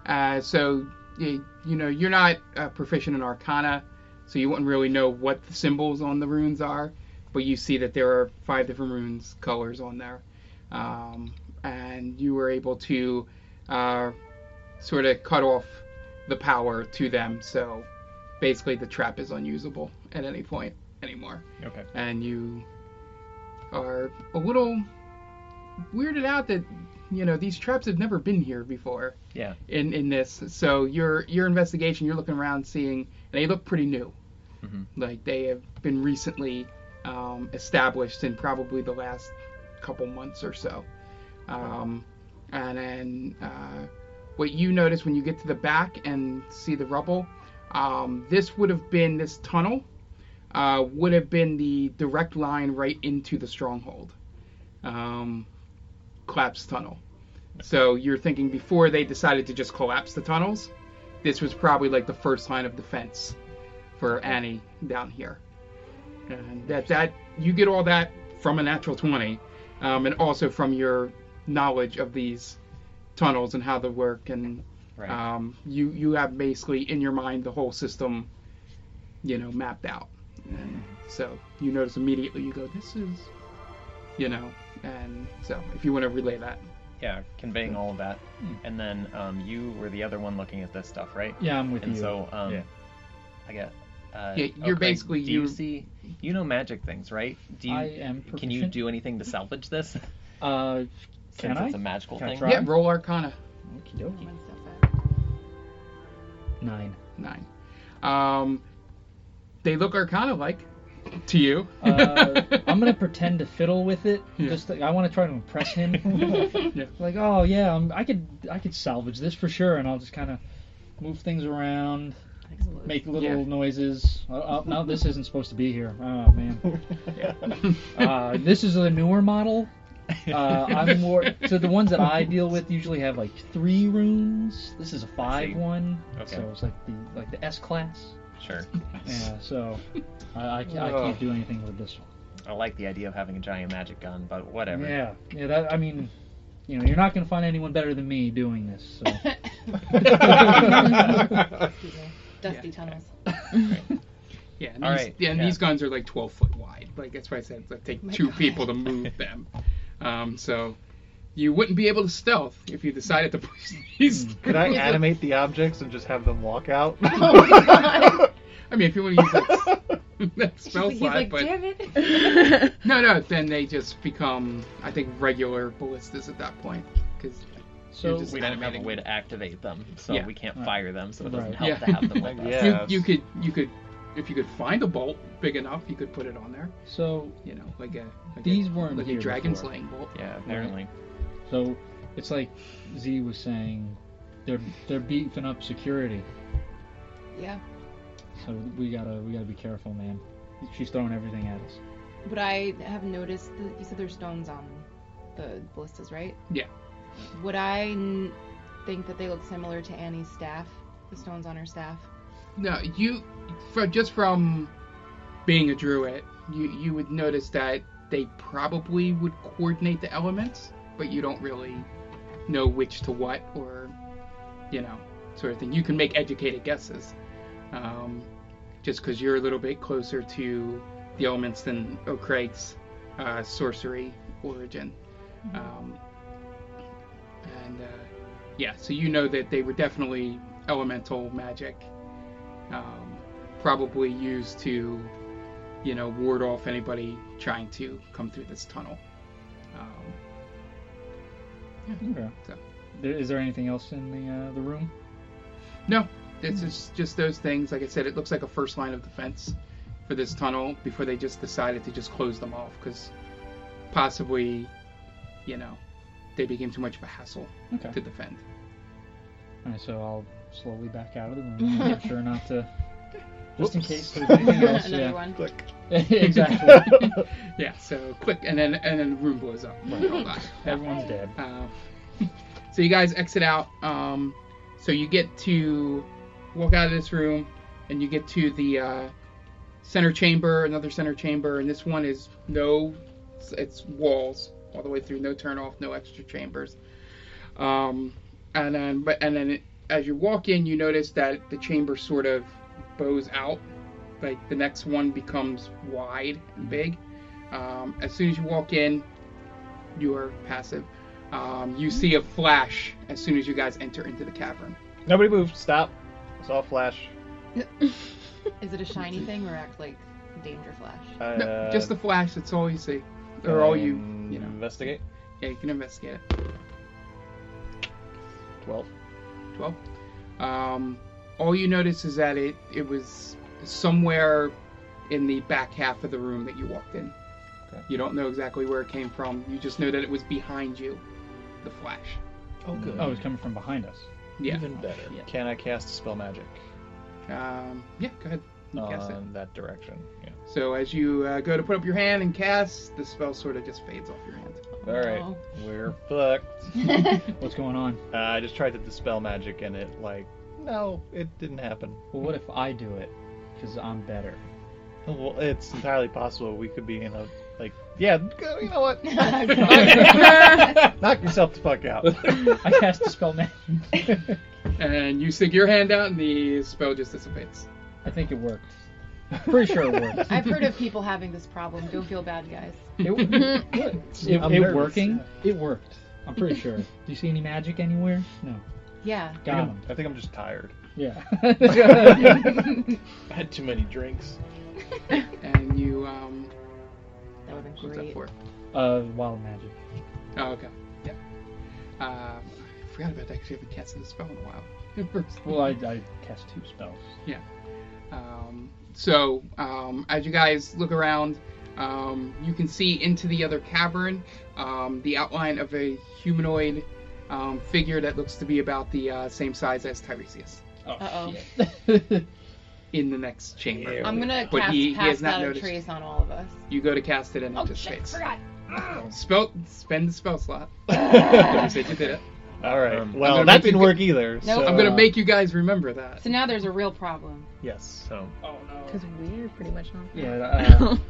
S1: uh, so you, you know you're not uh, proficient in Arcana, so you wouldn't really know what the symbols on the runes are, but you see that there are five different runes colors on there, um, and you were able to uh, sort of cut off the power to them. So basically, the trap is unusable at any point anymore
S6: Okay.
S1: and you are a little weirded out that you know these traps have never been here before.
S6: Yeah.
S1: In in this, so your your investigation, you're looking around, seeing, and they look pretty new.
S6: Mhm.
S1: Like they have been recently um, established in probably the last couple months or so. Um, and then uh, what you notice when you get to the back and see the rubble, um, this would have been this tunnel uh, would have been the direct line right into the stronghold, um, collapse tunnel. So you're thinking before they decided to just collapse the tunnels, this was probably like the first line of defense for Annie down here. And that that you get all that from a natural twenty, um, and also from your knowledge of these tunnels and how they work and
S6: Right.
S1: um, you you have basically in your mind the whole system, you know, mapped out. And so you notice immediately you go, this is, you know, and so if you want to relay that,
S6: yeah, conveying all of that.
S2: Hmm.
S6: And then um, you were the other one looking at this stuff, right?
S2: Yeah, I'm with
S6: And
S2: you.
S6: so um,
S4: Yeah.
S6: I get. Uh,
S1: Yeah, you're
S6: Oakley,
S1: basically-
S6: Do you,
S1: you-
S6: see? You know magic things, right? Do you?
S2: I am.
S6: can you
S2: proficient.
S6: do anything to salvage this?
S2: Uh,
S6: Since
S2: I?
S6: it's a magical
S2: Can I
S6: thing.
S2: try?
S1: yeah, roll Arcana
S2: okie dokie.
S3: One step back.
S2: Nine.
S1: nine. Um, they look Arcana like to you.
S2: Uh, I'm gonna pretend to fiddle with it.
S1: Yeah.
S2: Just like, I want to try to impress him. Like, oh yeah, i I could I could salvage this for sure, and I'll just kind of move things around,
S3: Explodes.
S2: make little
S1: Yeah.
S2: noises. Oh, oh, no, this isn't supposed to be here. Oh man, uh, this is a newer model. Uh, I'm more so the ones that I deal with usually have like three rooms. This is a five
S6: see.
S2: one,
S6: Okay.
S2: so it's like the like the S class.
S6: Sure.
S2: Yeah, so I, I, ca- I can't do anything with this one.
S6: I like the idea of having a giant magic gun, but whatever.
S2: Yeah, yeah. That I mean, you know, you're not gonna find anyone better than me doing this. So.
S3: Dusty tunnels.
S1: Yeah, and,
S6: All
S1: these,
S6: right,
S1: yeah, and
S6: yeah.
S1: these guns are like 12 foot wide. Like that's why I said it's like take two people to move them. Um, so you wouldn't be able to stealth if you decided to push these.
S4: Could I animate the objects and just have them walk out?
S3: Oh, God.
S1: I mean, if you want to use that, that spell
S3: He's
S1: slot,
S3: like,
S1: but
S3: damn it.
S1: no, no, then they just become I think regular ballistas at that point because
S2: So
S1: just-
S6: we don't have a
S1: animating.
S6: way to activate them, so
S1: Yeah.
S6: we can't
S2: Right.
S6: fire them, so it doesn't
S2: Right.
S6: help
S1: Yeah.
S6: to have them with us.
S4: Yeah.
S1: you, you could you could if you could find a bolt big enough, you could put it on there.
S2: so
S1: You know, like a like
S2: These
S1: a,
S2: weren't
S1: like a
S2: here
S1: dragon
S2: before.
S1: slaying bolt.
S6: Yeah, apparently.
S2: so it's like Z was saying, they're they're beefing up security.
S3: yeah.
S2: So we gotta we gotta be careful, man. She's throwing everything at us.
S3: But I have noticed that you said there's stones on the ballistas, right?
S1: Yeah.
S3: Would I n- think that they look similar to Annie's staff? The stones on her staff?
S1: No, you fro- just from being a druid, you you would notice that they probably would coordinate the elements, but you don't really know which to what or you know sort of thing. You can make educated guesses, um, just because you're a little bit closer to the elements than O'Craig's uh, sorcery origin. Um, and uh, yeah, so you know that they were definitely elemental magic um, probably used to, you know, ward off anybody trying to come through this tunnel. Um,
S2: Okay.
S1: So-
S2: There, is there anything else in the uh, the room?
S1: no, this is just those things. Like I said, it looks like a first line of defense for this tunnel before they just decided to just close them off because possibly, you know, they became too much of a hassle
S2: Okay.
S1: to defend.
S2: All right, so I'll slowly back out of the room. Make sure not to. Just in
S4: Whoops.
S2: case there's anything else.
S3: Another
S2: yeah.
S3: one.
S4: Click.
S2: exactly.
S1: Yeah, so quick, and then and then the room blows up. Hold on.
S2: Everyone's dead.
S1: Uh, so you guys exit out. Um, so you get to walk out of this room, and you get to the uh, center chamber, another center chamber, and this one is no, it's, it's walls all the way through, no turn off, no extra chambers. Um, and then, but and then it, as you walk in, you notice that the chamber sort of bows out. Like the next one becomes wide and big. Um, as soon as you walk in, you are passive. Um, you see a flash as soon as you guys enter into the cavern.
S4: Nobody move. Stop. I saw a flash.
S3: Is it a shiny thing or act like danger flash?
S4: Uh, um,
S1: no, just a flash. That's all you see, or all you
S4: can
S1: you know.
S4: Investigate.
S1: Yeah, you can investigate it.
S4: Twelve.
S1: Twelve. Um, all you notice is that it it was somewhere in the back half of the room that you walked in.
S4: Okay.
S1: You don't know exactly where it came from. You just know that it was behind you, the flash.
S4: Oh, good.
S2: Oh, it's coming from behind us.
S1: Yeah.
S4: Even better.
S2: shit.
S4: Can I cast spell magic
S1: Um, yeah. Go ahead. You
S4: on
S1: cast it.
S4: that direction? Yeah.
S1: So as you uh, go to put up your hand and cast, the spell sort of just fades off your hand.
S4: All right.
S3: No.
S4: We're fucked.
S2: What's going on?
S4: Uh, I just tried to dispel magic and it like no, it didn't happen.
S2: Well, what if I do it? Because I'm better.
S4: Well, it's entirely possible we could be in a like yeah. go- You know what? Knock yourself the fuck out.
S2: I cast dispel magic.
S1: And you stick your hand out, and the spell just dissipates.
S2: I think it worked. Pretty sure it worked.
S3: I've heard of people having this problem. Don't feel bad, guys.
S2: It, it, it
S4: I'm nervous.
S2: working. It worked. I'm pretty sure. Do you see any magic anywhere? No.
S4: I
S3: Yeah.
S4: think
S2: Got
S4: I'm-
S2: him.
S4: I think I'm just tired.
S2: Yeah.
S5: I had too many drinks.
S1: And you, um,
S3: That would have been
S1: what's that
S3: great.
S1: for?
S2: uh, wild magic.
S1: Oh, okay. Yeah. Um, I forgot about that because you haven't casted a spell in a while.
S2: Well, I, I cast two spells.
S1: um, so, um, as you guys look around, um, you can see into the other cavern um, the outline of a humanoid um, figure that looks to be about the uh, same size as Tiresias
S2: Oh,
S3: Uh-oh.
S2: shit.
S1: in the next chamber.
S4: Yeah.
S3: I'm gonna
S1: But
S3: cast
S1: he- he has
S3: pass
S1: not
S3: out a
S1: noticed.
S3: trace on all of us.
S1: You go to cast it, and it
S3: Oh
S1: just
S3: shit!
S1: fades.
S3: Forgot.
S1: Spell, spend the spell slot. you said you did it.
S4: All right.
S6: Um,
S1: I'm
S4: well,
S1: gonna
S4: that
S1: make
S4: didn't
S1: you-
S4: work either. so,
S1: I'm gonna
S4: uh,
S1: make you guys remember that.
S3: So now there's a real problem.
S4: yes.
S6: So
S1: Oh no.
S3: Because we're pretty much not.
S2: yeah.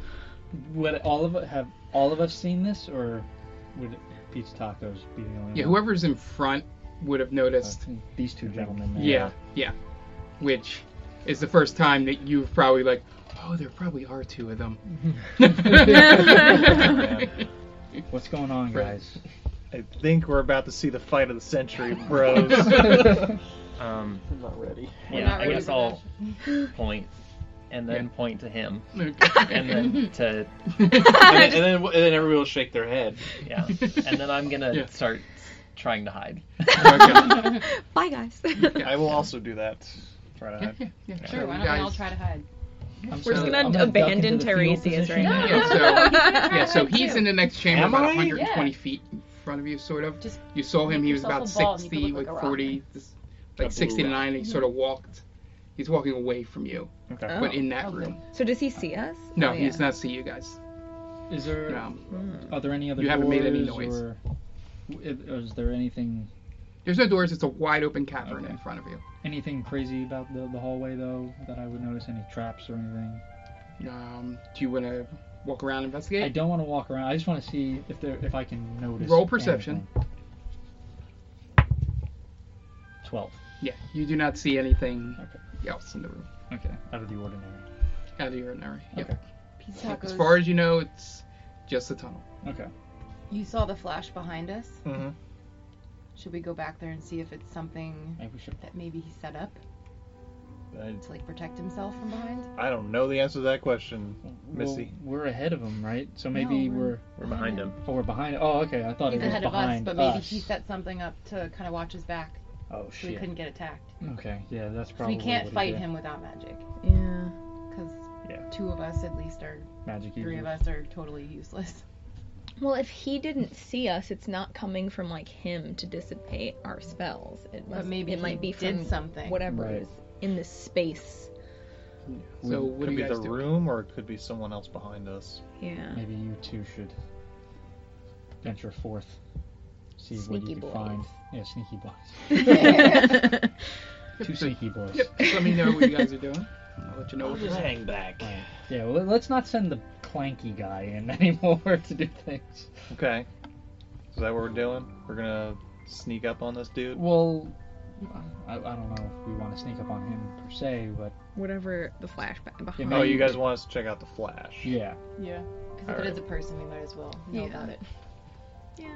S2: Uh, would all of have all of us seen this, or would Pete's Tacos be the only?
S1: Yeah,
S2: one? Uh,
S1: whoever's in front would have noticed.
S2: These two gentlemen. there.
S1: Yeah, yeah. Which is the first time that you've probably like, oh, there probably are two of them.
S2: What's going on, guys?
S4: I think we're about to see the fight of the century, bros.
S6: Um,
S4: I'm not ready.
S3: We're
S6: yeah,
S3: not
S6: I
S3: ready
S6: guess
S3: for
S6: I'll point and then point to him and then to
S5: and, then, and then and then everyone will shake their head.
S6: yeah, and then I'm gonna
S1: Yeah.
S6: start trying to hide.
S7: Bye, guys.
S4: I will also do that. Try to hide.
S3: Sure, why don't we all try to hide?
S2: I'm
S1: We're just
S2: sorry,
S1: gonna
S2: I'm duck
S7: abandon
S2: into the fetal
S7: Tiresias
S2: position.
S7: right
S1: Yeah, so, yeah, so
S3: Too.
S1: he's in the next chamber,
S5: Am
S1: about
S5: I?
S1: 120
S3: Yeah.
S1: feet in front of you, sort of.
S3: Just
S1: You saw him; he was
S3: yourself
S1: about
S3: a ball and you
S1: 60,
S3: can look
S1: like
S3: like a rock. Mm-hmm.
S1: 40, this- like
S5: A
S1: 69. and He sort of walked. He's walking away from you,
S4: Okay.
S7: Oh.
S1: but in that
S3: Okay.
S1: room.
S7: So does he see us?
S1: No,
S7: Oh,
S1: he
S7: yeah. Hmm,
S1: does not see you guys.
S2: Is there?
S1: Um,
S2: Are there any other?
S1: You haven't
S2: doors,
S1: made any noise.
S2: Or, or is there anything
S1: there's no doors; it's a wide open cavern
S2: Okay.
S1: in front of you.
S2: anything crazy about the, the hallway though that I would notice? Any traps or anything?
S1: Um, do you want to walk around and
S2: I
S1: investigate?
S2: don't want to walk around. I just want to see if there if I can notice.
S1: Roll perception.
S2: anything. Twelve.
S1: Yeah, you do not see anything else in the room
S2: Okay, out of the ordinary.
S1: out of the ordinary. Yep.
S2: Okay.
S3: pizza
S1: Yep, As
S3: tacos.
S1: far as you know, it's just a tunnel.
S2: Okay.
S3: You saw the flash behind us.
S4: Mm-hmm.
S3: Should we go back there and see if it's something
S2: Maybe we should.
S3: that maybe he set up
S4: I,
S3: to like protect himself from behind?
S4: I don't know the answer to that question, Missy.
S2: Well, we're ahead of him, right? So maybe
S3: No,
S2: we're
S3: we're-
S6: We're behind him.
S2: oh, we're behind. Oh, okay. I thought
S3: He's
S2: it was
S3: ahead of us,
S2: behind
S3: but maybe
S2: us.
S3: he set something up to kind of watch his back so
S2: Oh
S3: we
S2: shit.
S3: couldn't get attacked.
S2: Okay. Yeah, that's
S3: 'Cause
S2: probably.
S3: we can't
S2: what he
S3: fight
S2: did.
S3: him without magic.
S7: Yeah.
S3: Because
S2: Yeah.
S3: two of us at least are,
S2: Magic.
S3: three of
S2: user.
S3: us are totally useless.
S7: Well, if he didn't see us, it's not coming from like him to dissipate our spells. It must,
S3: But maybe
S7: it might
S3: he
S7: be
S3: did
S7: from
S3: something.
S7: whatever
S2: Right.
S7: is in this space.
S1: So
S2: Would-
S1: what
S4: could
S1: do
S4: be
S1: you
S4: the
S1: guys do?
S4: room, or it could be someone else behind us.
S7: Yeah.
S2: Maybe you two should venture forth, see what
S7: Sneaky
S2: you can
S7: boys.
S2: find. Yeah, sneaky boys.
S1: Yep,
S2: Two
S1: so-
S2: sneaky boys.
S1: Yep. Let me know what you guys are doing. I'll let you know
S5: I'll
S1: what you're
S5: just
S1: doing.
S5: hang back.
S2: Yeah, well, let's not send the clanky guy in anymore to do things.
S4: Okay. Is that what we're doing? We're gonna sneak up on this dude.
S2: Well, I, I don't know if we want to sneak up on him per se, but
S7: Whatever the flashback behind.
S4: Oh, you guys want us to check out the flash?
S2: yeah.
S3: yeah. Because if
S4: Alright.
S3: it is a person, we might as well know
S7: Yeah.
S3: about it.
S7: Yeah.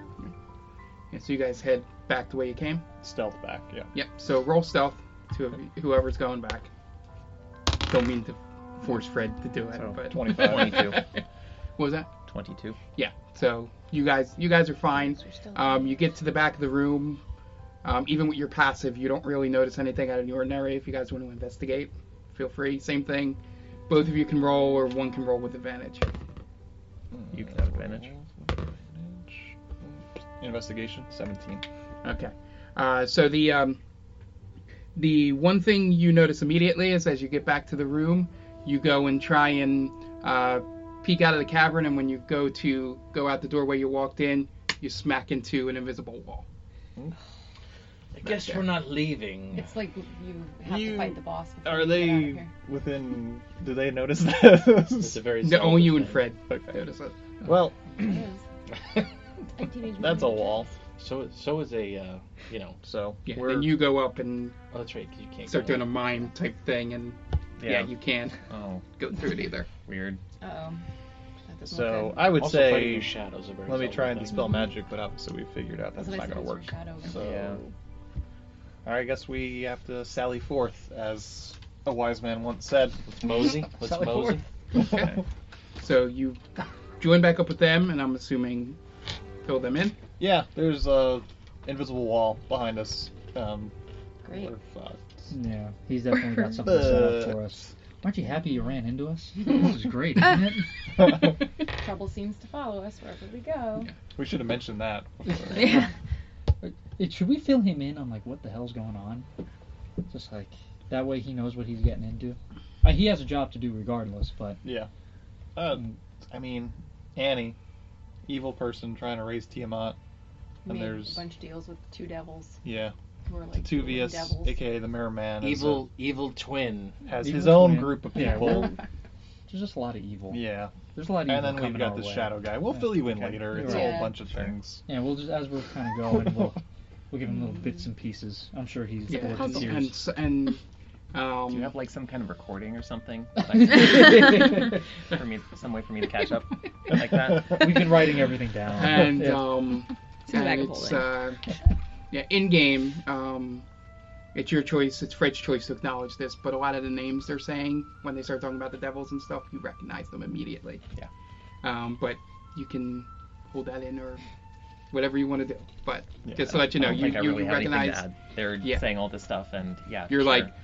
S1: Yeah, so you guys head back the way you came.
S4: Stealth back. Yeah.
S1: Yep. So roll stealth to whoever's going back. Don't mean to force Fred to do it,
S4: So,
S1: but
S4: 25.
S6: 22.
S1: What was that?
S6: 22.
S1: Yeah. So you guys, you guys are fine.
S3: So we're still-
S1: Um, you get to the back of the room. Um, even with your passive, you don't really notice anything out of the ordinary. If you guys want to investigate, feel free. Same thing. Both of you can roll, or one can roll with advantage.
S6: You can have advantage.
S4: Investigation. Seventeen.
S1: Okay. Uh, so the um, the one thing you notice immediately is as you get back to the room, you go and try and uh, peek out of the cavern, and when you go to go out the doorway you walked in, you smack into an invisible wall.
S5: I guess we're not leaving.
S3: It's like you have
S4: You-
S3: to fight the boss. before
S4: Are
S3: you get out of
S4: they
S3: here.
S4: within? Do they notice this?
S5: It's a very
S1: No, only you and
S5: Zelda
S1: Fred
S4: thing. Okay.
S1: notice it.
S4: Well,
S5: thing.
S4: that's a wall.
S5: so so is a uh, you know.
S4: So
S1: Yeah,
S4: we're
S1: and you go up and
S5: Oh, that's right. 'cause You can't.
S1: start
S5: go
S1: doing a mime type thing, and yeah, you can't
S6: Oh,
S1: go through it either.
S6: weird.
S3: Uh-oh. That doesn't look
S4: So
S3: good.
S4: I would
S5: also fighting
S4: say
S5: your shadows. Are very
S4: let me
S5: Zelda
S4: try and
S5: thing.
S4: dispel magic, but obviously we figured out that's
S3: what I
S4: not
S3: said
S4: gonna
S3: was your
S4: work.
S3: shadow.
S4: So
S6: Yeah.
S4: all right, I guess we have to sally forth, as a wise man once said.
S5: Let's mosey. Let's
S4: Sally
S5: mosey.
S1: Okay. so you join back up with them, and I'm assuming fill them in.
S4: Yeah, there's a invisible wall behind us. Um, uh,
S3: Great.
S4: we're fucked.
S2: Yeah, he's definitely got something set up for us. Aren't you happy you ran into us? This is great, isn't it?
S3: Trouble seems to follow us wherever we go.
S4: we should have mentioned that.
S7: Yeah.
S2: It, should we fill him in on like what the hell's going on? Just like that way he knows what he's getting into. Uh, he has a job to do regardless, but
S4: Yeah. Uh, I mean, Annie, evil person trying to raise Tiamat.
S3: We
S4: And
S3: made
S4: there's-
S3: a bunch of deals with two devils
S4: Yeah,
S3: who are
S4: the
S3: like
S4: two
S3: little
S4: Vias,
S3: devils.
S4: aka the Mirror Man, is a-
S5: Evil evil twin.
S4: has
S2: Evil
S4: his own
S2: twin.
S4: group of
S2: Yeah,
S4: people.
S2: well- There's just a lot of evil.
S4: Yeah,
S2: There's a lot of
S4: and
S2: evil
S4: then we've
S2: coming
S4: got
S2: our
S4: the
S2: way.
S4: Shadow guy. We'll
S2: Yeah.
S4: fill you in later. It's a whole
S3: Yeah.
S4: bunch of things.
S2: Yeah, we'll just as we're kind of going, we'll we'll give him little bits and pieces. I'm sure he's
S1: Yeah,
S2: bored to
S1: and,
S2: tears.
S1: and s- and Um,
S6: Do you have like some kind of recording or something?
S2: We've
S6: for me, some way for me to catch up like that?
S2: been writing everything down.
S1: and
S2: Yeah.
S1: um,
S7: It's in
S1: and
S7: the bag of
S1: it's
S7: holding.
S1: uh, yeah, in game. Um, it's your choice. It's Fred's choice to acknowledge this, but a lot of the names they're saying when they start talking about the devils and stuff, you recognize them immediately.
S5: Yeah.
S1: Um, but you can hold that in or whatever you want to do. But just to
S6: I
S1: let you know,
S6: don't
S1: you,
S6: think I
S1: you
S6: really have anything to
S1: recognize.
S6: add. They're
S1: Yeah.
S6: saying all this stuff, and yeah,
S1: You're
S6: sure.
S1: like,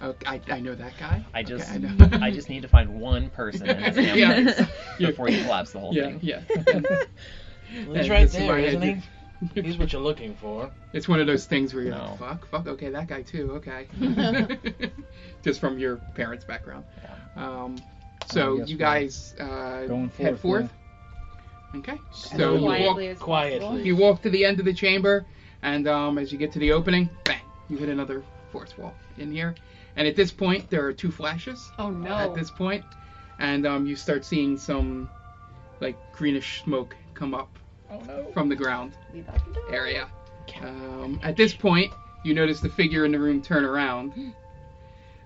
S1: "Oh, I, I know that guy.
S6: I just,
S1: okay, I know."
S6: I just need to find one person in this
S1: Yeah.
S6: ambulance before you collapse the whole
S1: yeah,
S6: thing.
S1: yeah.
S5: He's
S1: And
S5: right
S1: this is
S5: there,
S1: why I
S5: isn't
S1: did-
S5: he? He's what you're looking for.
S1: It's one of those things where you're
S6: No.
S1: like, fuck, fuck, okay, that guy too, okay. Just from your parents' background. Um, so
S2: yes,
S1: you
S2: we're
S1: guys uh,
S2: going
S1: head
S2: forth,
S1: forth. Okay. So you walk,
S3: As quietly as
S5: quietly.
S3: possible.
S1: you walk to the end of the chamber, and um, as you get to the opening, bang, you hit another force wall in here. And at this point, there are two flashes
S3: Oh no.
S1: at this point, and um, you start seeing some like greenish smoke come up from the ground
S3: Leave out the door.
S1: area. Um, at this point, you notice the figure in the room turn around.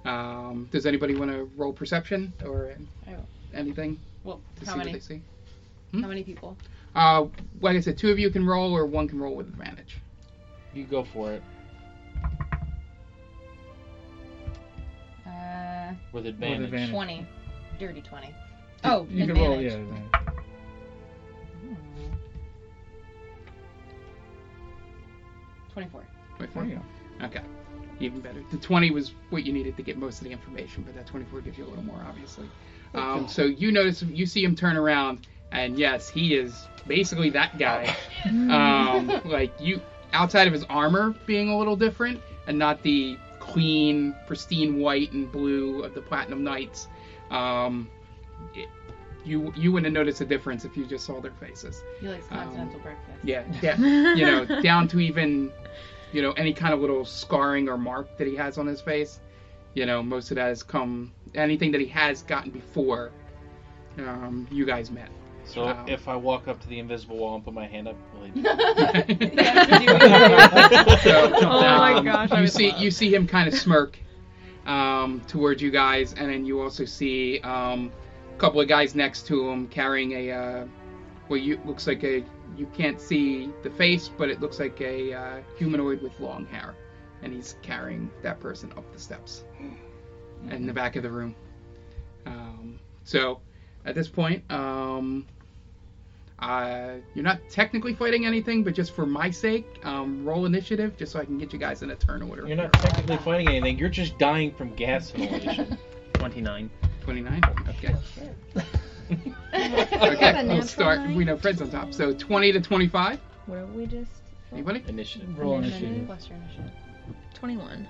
S1: Um, does anybody want to roll perception or
S3: Oh.
S1: anything
S3: Well,
S1: to
S3: how
S1: see
S3: many?
S1: what they see?
S3: How many people?
S1: Uh, like I said, two of you can roll, or one can roll with advantage.
S5: You go for it
S3: Uh,
S5: with advantage.
S2: advantage.
S3: twenty. Dirty twenty. Oh,
S2: you can
S3: advantage.
S2: roll. Yeah. yeah.
S3: Twenty-four.
S1: Wait for
S2: There
S1: it.
S2: you
S1: Okay. Even better. The 20 was what you needed to get most of the information, but that 24 gives you a little more, obviously. Um, so you notice, you see him turn around, and yes, he is basically that guy. um, like, you, outside of his armor being a little different, and not the clean, pristine white and blue of the Platinum Knights, um, it, you, you wouldn't notice a difference if you just saw their faces.
S3: He likes
S1: Um,
S3: continental breakfast.
S1: Yeah, yeah. you know, down to even, you know, any kind of little scarring or mark that he has on his face. You know, most of that has come. Anything that he has gotten before um, you guys met.
S5: So
S1: Wow.
S5: if I walk up to the invisible wall and put my hand up, will he-
S7: Oh my
S1: Um,
S7: gosh, I
S1: You
S7: would
S1: see,
S7: love.
S1: you see him kind of smirk um, towards you guys, and then you also see um, a couple of guys next to him carrying a uh, what you looks like a you can't see the face, but it looks like a uh, humanoid with long hair, and he's carrying that person up the steps in the back of the room. Um, so at this point, um, uh, you're not technically fighting anything, but just for my sake, um, roll initiative just so I can get you guys in a turn order.
S5: you're not technically fighting anything. You're just dying from gas inhalation.
S6: Twenty-nine.
S1: 29? Okay. Okay, we'll start. We know Fred's on top. So 20 to 25.
S7: What are we just?
S1: Anybody?
S5: Initiative.
S2: Roll initiative.
S7: Initiative.
S3: Plus your initiative.
S7: 21.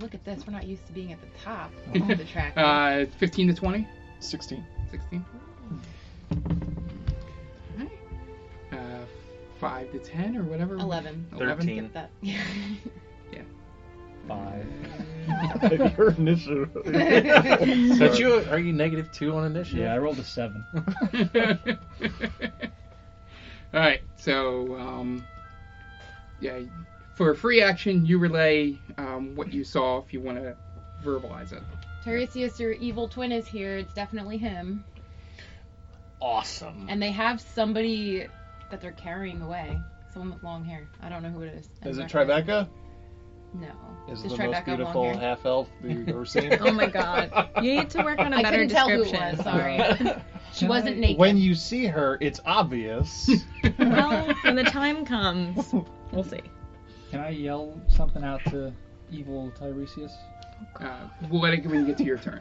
S3: Look at this. We're not used to being at the top of the track.
S1: Uh, 15 to 20?
S4: 16.
S1: 16? Okay. Uh, 5 to 10 or whatever?
S3: Eleven.
S1: 11?
S6: Thirteen.
S3: Get that.
S2: Five.
S4: Your initiative.
S5: So you are you negative two on initiative?
S2: Yeah, I rolled a seven.
S1: All right, so um, yeah, for a free action, you relay um, what you saw if you want to verbalize it.
S3: Tiresias, your evil twin, is here. It's definitely him.
S5: Awesome.
S3: And they have somebody that they're carrying away. Someone with long hair. I don't know who it is. I'm
S4: Is it
S3: not gonna-
S4: Tribeca?
S3: No.
S4: Is
S3: Just
S4: the most
S3: Tribeca with
S4: beautiful
S3: long hair.
S4: half elf you've ever seen?
S7: Oh my god. You need to work on a
S3: I
S7: better
S3: couldn't tell who it
S7: description.
S3: was. Sorry. She wasn't naked.
S4: when you see her, it's obvious.
S7: Well, when the time comes, we'll see.
S2: Can I yell something out to evil Tiresias?
S1: Uh, we'll let it when you get to your turn.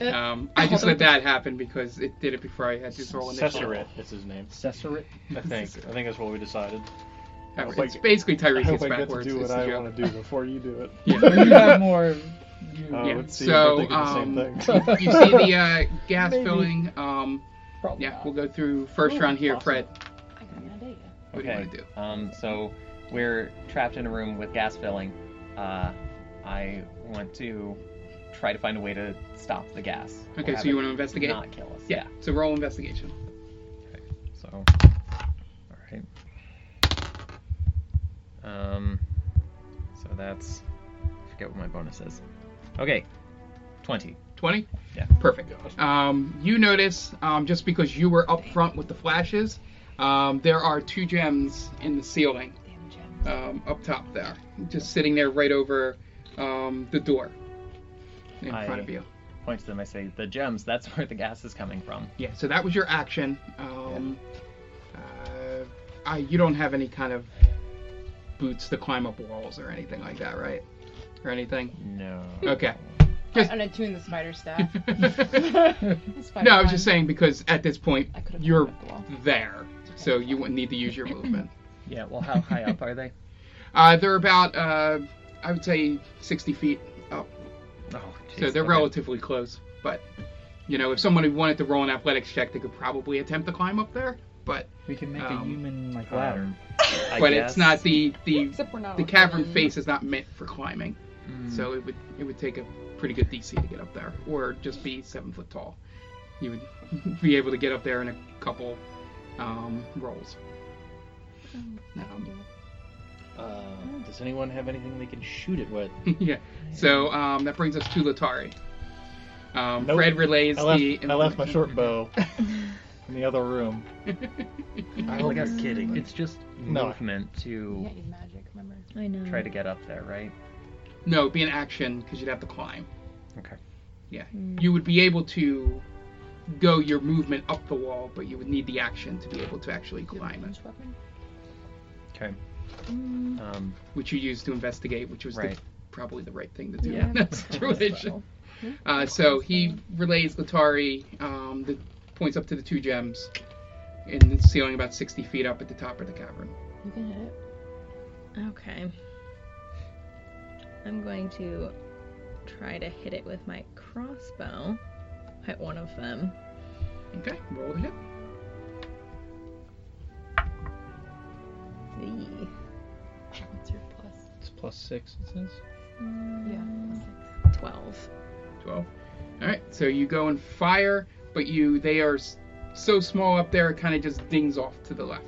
S1: Um, I just let that happen because it did it before I had to roll initiative.
S5: Cesareth is his name.
S2: Cesarate.
S5: I think. I think that's what we decided.
S1: However,
S4: I
S1: It's basically
S4: I
S1: Tiresias
S4: hope I get to
S1: backwards.
S4: do
S1: is
S4: what
S1: the
S4: I
S1: joke.
S4: want to do before you do it.
S2: you have more. You,
S4: Oh,
S1: Yeah,
S4: let's see
S1: so,
S4: if we're thinking
S1: um,
S4: the same thing.
S1: You see the uh, gas
S4: Maybe.
S1: filling. Um,
S2: probably
S1: yeah,
S2: not.
S1: we'll go through first
S2: Ooh,
S1: round here,
S2: awesome.
S1: Fred.
S3: I got an idea.
S1: What do you want to do?
S6: Um, so we're trapped in a room with gas filling. Uh, I want to try to find a way to stop the gas. or
S1: Okay,
S6: have
S1: so you
S6: it
S1: want to investigate?
S6: Not kill us.
S1: yeah. So roll investigation.
S6: So, all right. Um, so that's I forget forget what my bonus is. Okay, twenty.
S1: 20?
S6: Yeah.
S1: Perfect. Um, you notice, um, just because you were up front with the flashes, um, there are two gems in the ceiling
S3: Damn
S1: um,
S3: gem.
S1: up top there, just sitting there right over um, the door in
S6: I-
S1: front of you.
S6: Point to them. I say the gems. That's where the gas is coming from.
S1: Yeah, so that was your action. Um, uh, I, you don't have any kind of boots to climb up walls or anything like that, right? Or anything?
S6: No.
S1: Okay.
S3: I
S1: Just-
S3: unattune the spider staff. Spider
S1: no, I was
S3: climb.
S1: just saying because at this point
S3: I could've
S1: you're
S3: climbed up the wall.
S1: there, so you wouldn't need to use your movement.
S6: Yeah. Well, how high up are they?
S1: Uh, they're about, uh, I would say, 60 feet up,
S6: Oh,
S1: so
S6: jeez,
S1: they're
S6: okay.
S1: relatively close. But you know, if someone who wanted to roll an athletics check, they could probably attempt to climb up there. But
S2: We can make a
S1: Um,
S2: human like
S6: Um,
S2: ladder.
S6: I
S1: but
S6: guess.
S1: it's not the the
S3: Except we're not
S1: the
S3: on
S1: cavern
S3: one.
S1: face is not meant for climbing,
S6: Mm.
S1: so it would it would take a pretty good DC to get up there, or just be seven foot tall. You would be able to get up there in a couple um, rolls. Um,
S5: Uh, does anyone have anything they can shoot it with?
S1: yeah. So um, that brings us to Latari. Um,
S4: Nope.
S1: Fred relays
S4: I left,
S1: the.
S4: I left my short bow in the other room.
S6: I
S1: Oh,
S6: hope you're kidding. It's just
S4: No.
S6: movement
S3: You
S6: to
S3: can't use magic, remember?
S7: I know.
S6: try to get up there, right?
S1: No, it'd be an action because you'd have to climb.
S6: Okay.
S1: Yeah.
S7: Mm.
S1: You would be able to go your movement up the wall, but you would need the action to be able to actually
S3: You have a
S1: climb it,
S3: ranged weapon?
S6: Okay.
S7: Mm,
S6: Um,
S1: which you used to investigate, which was
S6: right.
S1: the, probably the right thing to do
S7: Yeah.
S1: in that situation. Uh, so he relays Latari um, the points up to the two gems in the ceiling about 60 feet up at the top of the cavern.
S7: You can hit it. Okay. I'm going to try to hit it with my crossbow. Hit one of them.
S1: Okay, roll to hit.
S7: The
S3: What's your plus?
S4: It's plus six, it says.
S3: Yeah.
S7: mm,
S3: plus six.
S7: 12.
S1: 12. All right, so you go and fire, but you they are s- so small up there, it kind of just dings off to the left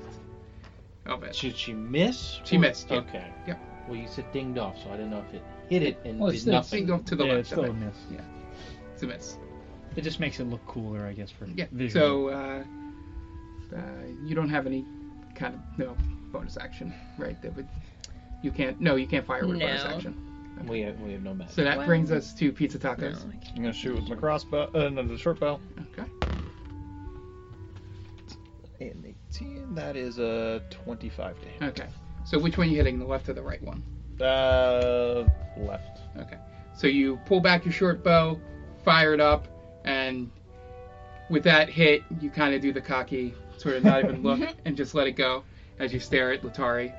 S1: of it.
S5: Did she miss?
S1: She
S5: Or-
S1: missed, yeah.
S5: Okay.
S1: Yep.
S5: Well, you said dinged off, so I didn't know if it hit it and
S2: Well,
S5: did
S2: it's- it's
S1: Dinged
S5: nothing.
S1: off to the
S2: yeah, it's
S1: left
S2: still
S1: of
S2: a
S1: it.
S2: miss.
S1: Yeah. It's a miss.
S2: It just makes it look cooler, I guess, for
S1: Yeah.
S2: visual.
S1: So uh, uh, you don't have any kind of no bonus action, right? That would you can't no you can't fire with bonus
S7: No.
S1: action.
S5: We have, we have no match.
S1: So that
S7: Wow.
S1: brings us to pizza
S7: No,
S1: tacos.
S7: I can't.
S4: I'm gonna shoot with my crossbow, uh, no, the short bow.
S1: Okay.
S4: And 18, that is a 25 to hit.
S1: Okay. So which one are you hitting? The left or the right one?
S4: Uh, left.
S1: Okay. So you pull back your short bow, fire it up, and with that hit, you kind of do the cocky, sort of not even look, and just let it go as you stare at Latari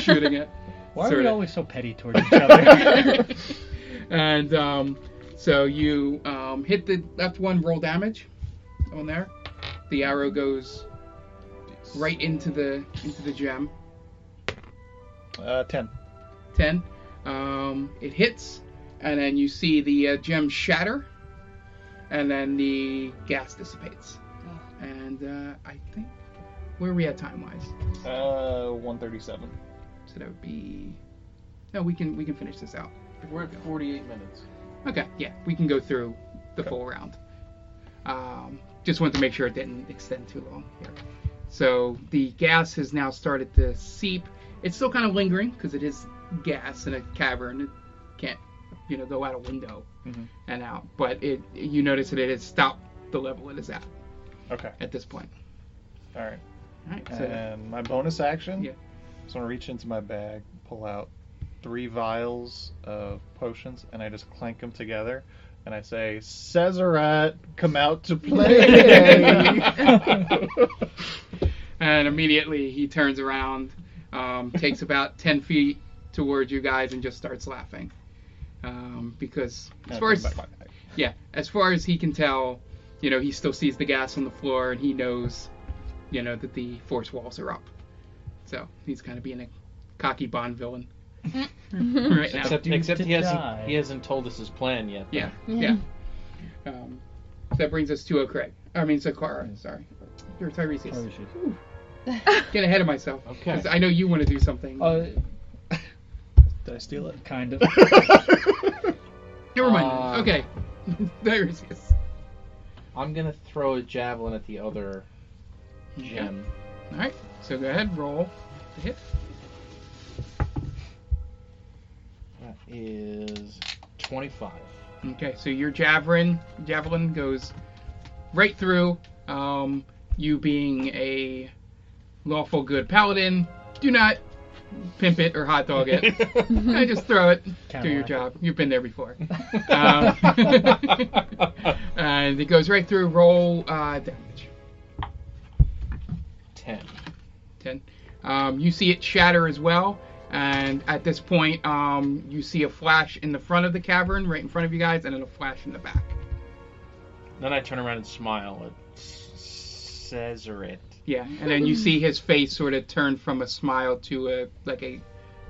S1: shooting it.
S2: Why are
S1: sort
S2: we
S1: of-
S2: always so petty towards each other?
S1: and um, so you um, hit the left one, roll damage on there. The arrow goes right into the into the gem.
S4: Uh, 10.
S1: 10. Um, it hits, and then you see the uh, gem shatter, and then the gas dissipates. And uh, I think where are we at time wise?
S4: Uh, 137.
S1: So that would be. No, we can we can finish this out.
S5: We're at 48 minutes.
S1: Okay, yeah, we can go through the full round. Um, just wanted to make sure it didn't extend too long here. So the gas has now started to seep. It's still kind of lingering because it is gas in a cavern. It can't, you know, go out a window
S5: Mm-hmm.
S4: Mhm.
S1: and out. But it, you notice that it has stopped the level it is at
S4: Okay,
S1: at this point.
S4: alright.
S1: All right. So
S5: Uh,
S4: And my bonus action?
S1: Yeah.
S4: So I'm gonna reach into my bag, pull out three vials of potions, and I just clank them together. And I say, Cesarat, come out to play!
S1: and immediately he turns around, um, takes about 10 feet towards you guys, and just starts laughing. Um, because as far as yeah, as far as he can tell, you know, he still sees the gas on the floor and he knows, you know, that the force walls are up. So he's kind of being a cocky Bond villain
S7: Hmm.
S1: right now.
S5: Except,
S2: Due
S5: except
S2: to
S5: he
S2: die.
S5: hasn't he hasn't told us his plan yet. though.
S1: Yeah, yeah. Um, so that brings us to O'Craig. I mean, Sakara. Sorry, you're
S2: Oh,
S1: Tyrese. Get ahead of myself.
S5: Okay.
S1: 'Cause I know you want to do something.
S2: Uh,
S4: Did I steal it?
S2: kind of.
S1: Never mind.
S5: Um,
S1: okay. there it is.
S5: I'm gonna throw a javelin at the other gem.
S1: All right. So go ahead, roll the hit.
S5: That is 25.
S1: Okay, so your javelin javelin goes right through. Um, you being a lawful good paladin, do not pimp it or hot dog it. I just throw it. Do your
S2: Cadillac.
S1: job. You've been there before. um, and it goes right through. Roll uh, damage.
S5: 10.
S1: Ten. Um, you see it shatter as well. And at this point, um, you see a flash in the front of the cavern, right in front of you guys, and then a flash in the back.
S5: Then I turn around and smile at Cesaret.
S1: Yeah, and then you see his face sort of turn from a smile to a like a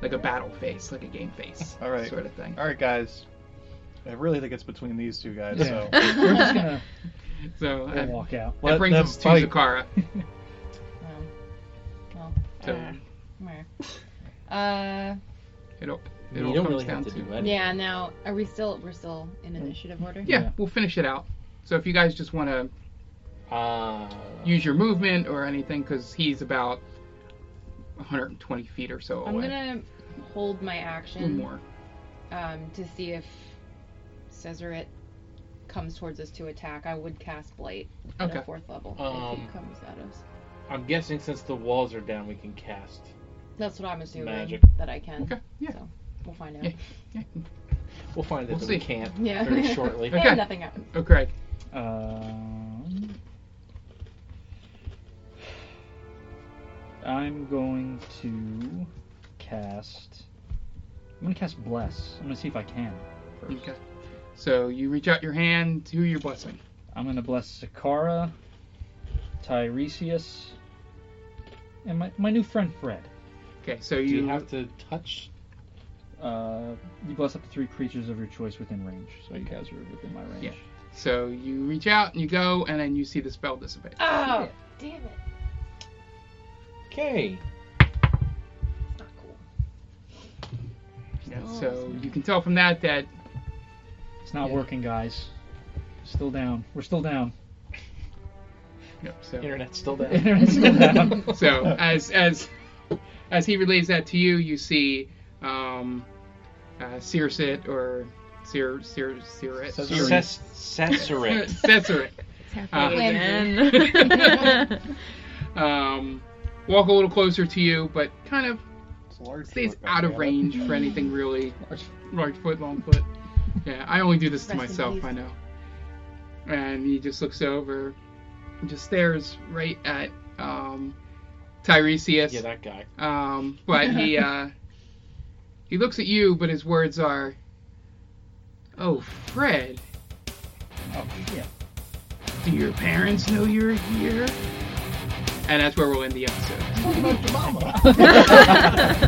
S1: like a battle face, like a game face,
S4: All right.
S1: sort of thing.
S4: All right, guys. I really think it's between these two guys.
S2: Yeah.
S4: So
S2: We're just gonna
S1: So
S2: we'll
S1: uh,
S2: walk out.
S4: Let
S1: that brings
S4: them
S1: us to
S4: fight.
S1: Zakara.
S3: Um, well,
S1: So
S3: uh, where? Uh,
S1: it all, it
S5: You
S1: all
S5: don't
S1: comes
S5: really
S1: down
S5: have to do anything.
S3: yeah. Now, are we still we're still in initiative order?
S1: yeah,
S2: Yeah.
S1: we'll finish it out. So if you guys just want to
S5: Uh,
S1: use your movement or anything, because he's about 120 feet or so
S3: I'm
S1: away,
S3: gonna hold my
S1: or
S3: action
S1: more.
S3: um, to see if Cesaret comes towards us to attack. I would cast blight at
S1: Okay.
S3: a fourth level if he
S5: Um,
S3: comes at us.
S5: I'm guessing since the walls are down, we can cast.
S3: That's what I'm assuming
S5: magic.
S3: that I can.
S1: Okay, yeah.
S3: So we'll find out.
S1: Yeah.
S3: Yeah.
S5: We'll find out
S1: We'll
S5: that
S1: see.
S5: we can't
S3: Yeah.
S5: very shortly.
S1: Okay.
S3: nothing happens.
S1: Okay,
S2: Um, I'm going to cast. I'm gonna cast bless. I'm gonna see if I can. First.
S1: okay. So you reach out your hand to your blessing.
S2: I'm gonna bless Sakara, Tiresias, and my, my new friend Fred.
S1: Okay, so
S5: Do
S1: you,
S5: you have to touch?
S2: Uh, you bless up to three creatures of your choice within range, so you guys are within my range.
S1: Yeah. so you reach out and you go, and then you see the spell dissipate.
S3: Oh, damn it.
S5: Okay.
S3: It's not cool.
S1: Yeah, so you can tell from that that
S2: It's not
S1: Yeah.
S2: working, guys. Still down. We're still down.
S1: Yep, so,
S5: Internet's still down.
S2: Internet's still down.
S1: so as as as he relays that to you, you see um, uh, Searsit or Sear Sear Searit.
S4: Cesaret.
S5: Ces- Cesaret.
S1: Cesaret.
S7: It's happening
S1: Uh,
S7: again.
S1: Um, walk a little closer to you, but kind of
S4: it's a large
S1: stays
S4: shortcut,
S1: out of
S4: damn it.
S1: range for anything really large foot, long foot. Yeah, I only do this to
S3: Rest in
S1: myself,
S3: peace.
S1: I know. And he just looks over, and just stares right at um, Tiresias.
S5: yeah, that guy.
S1: Um, but he uh, he looks at you, but his words are, "Oh, Fred,
S2: oh, yeah.
S1: do your parents know you're here?" And that's where we'll end the episode.
S4: What about your mama?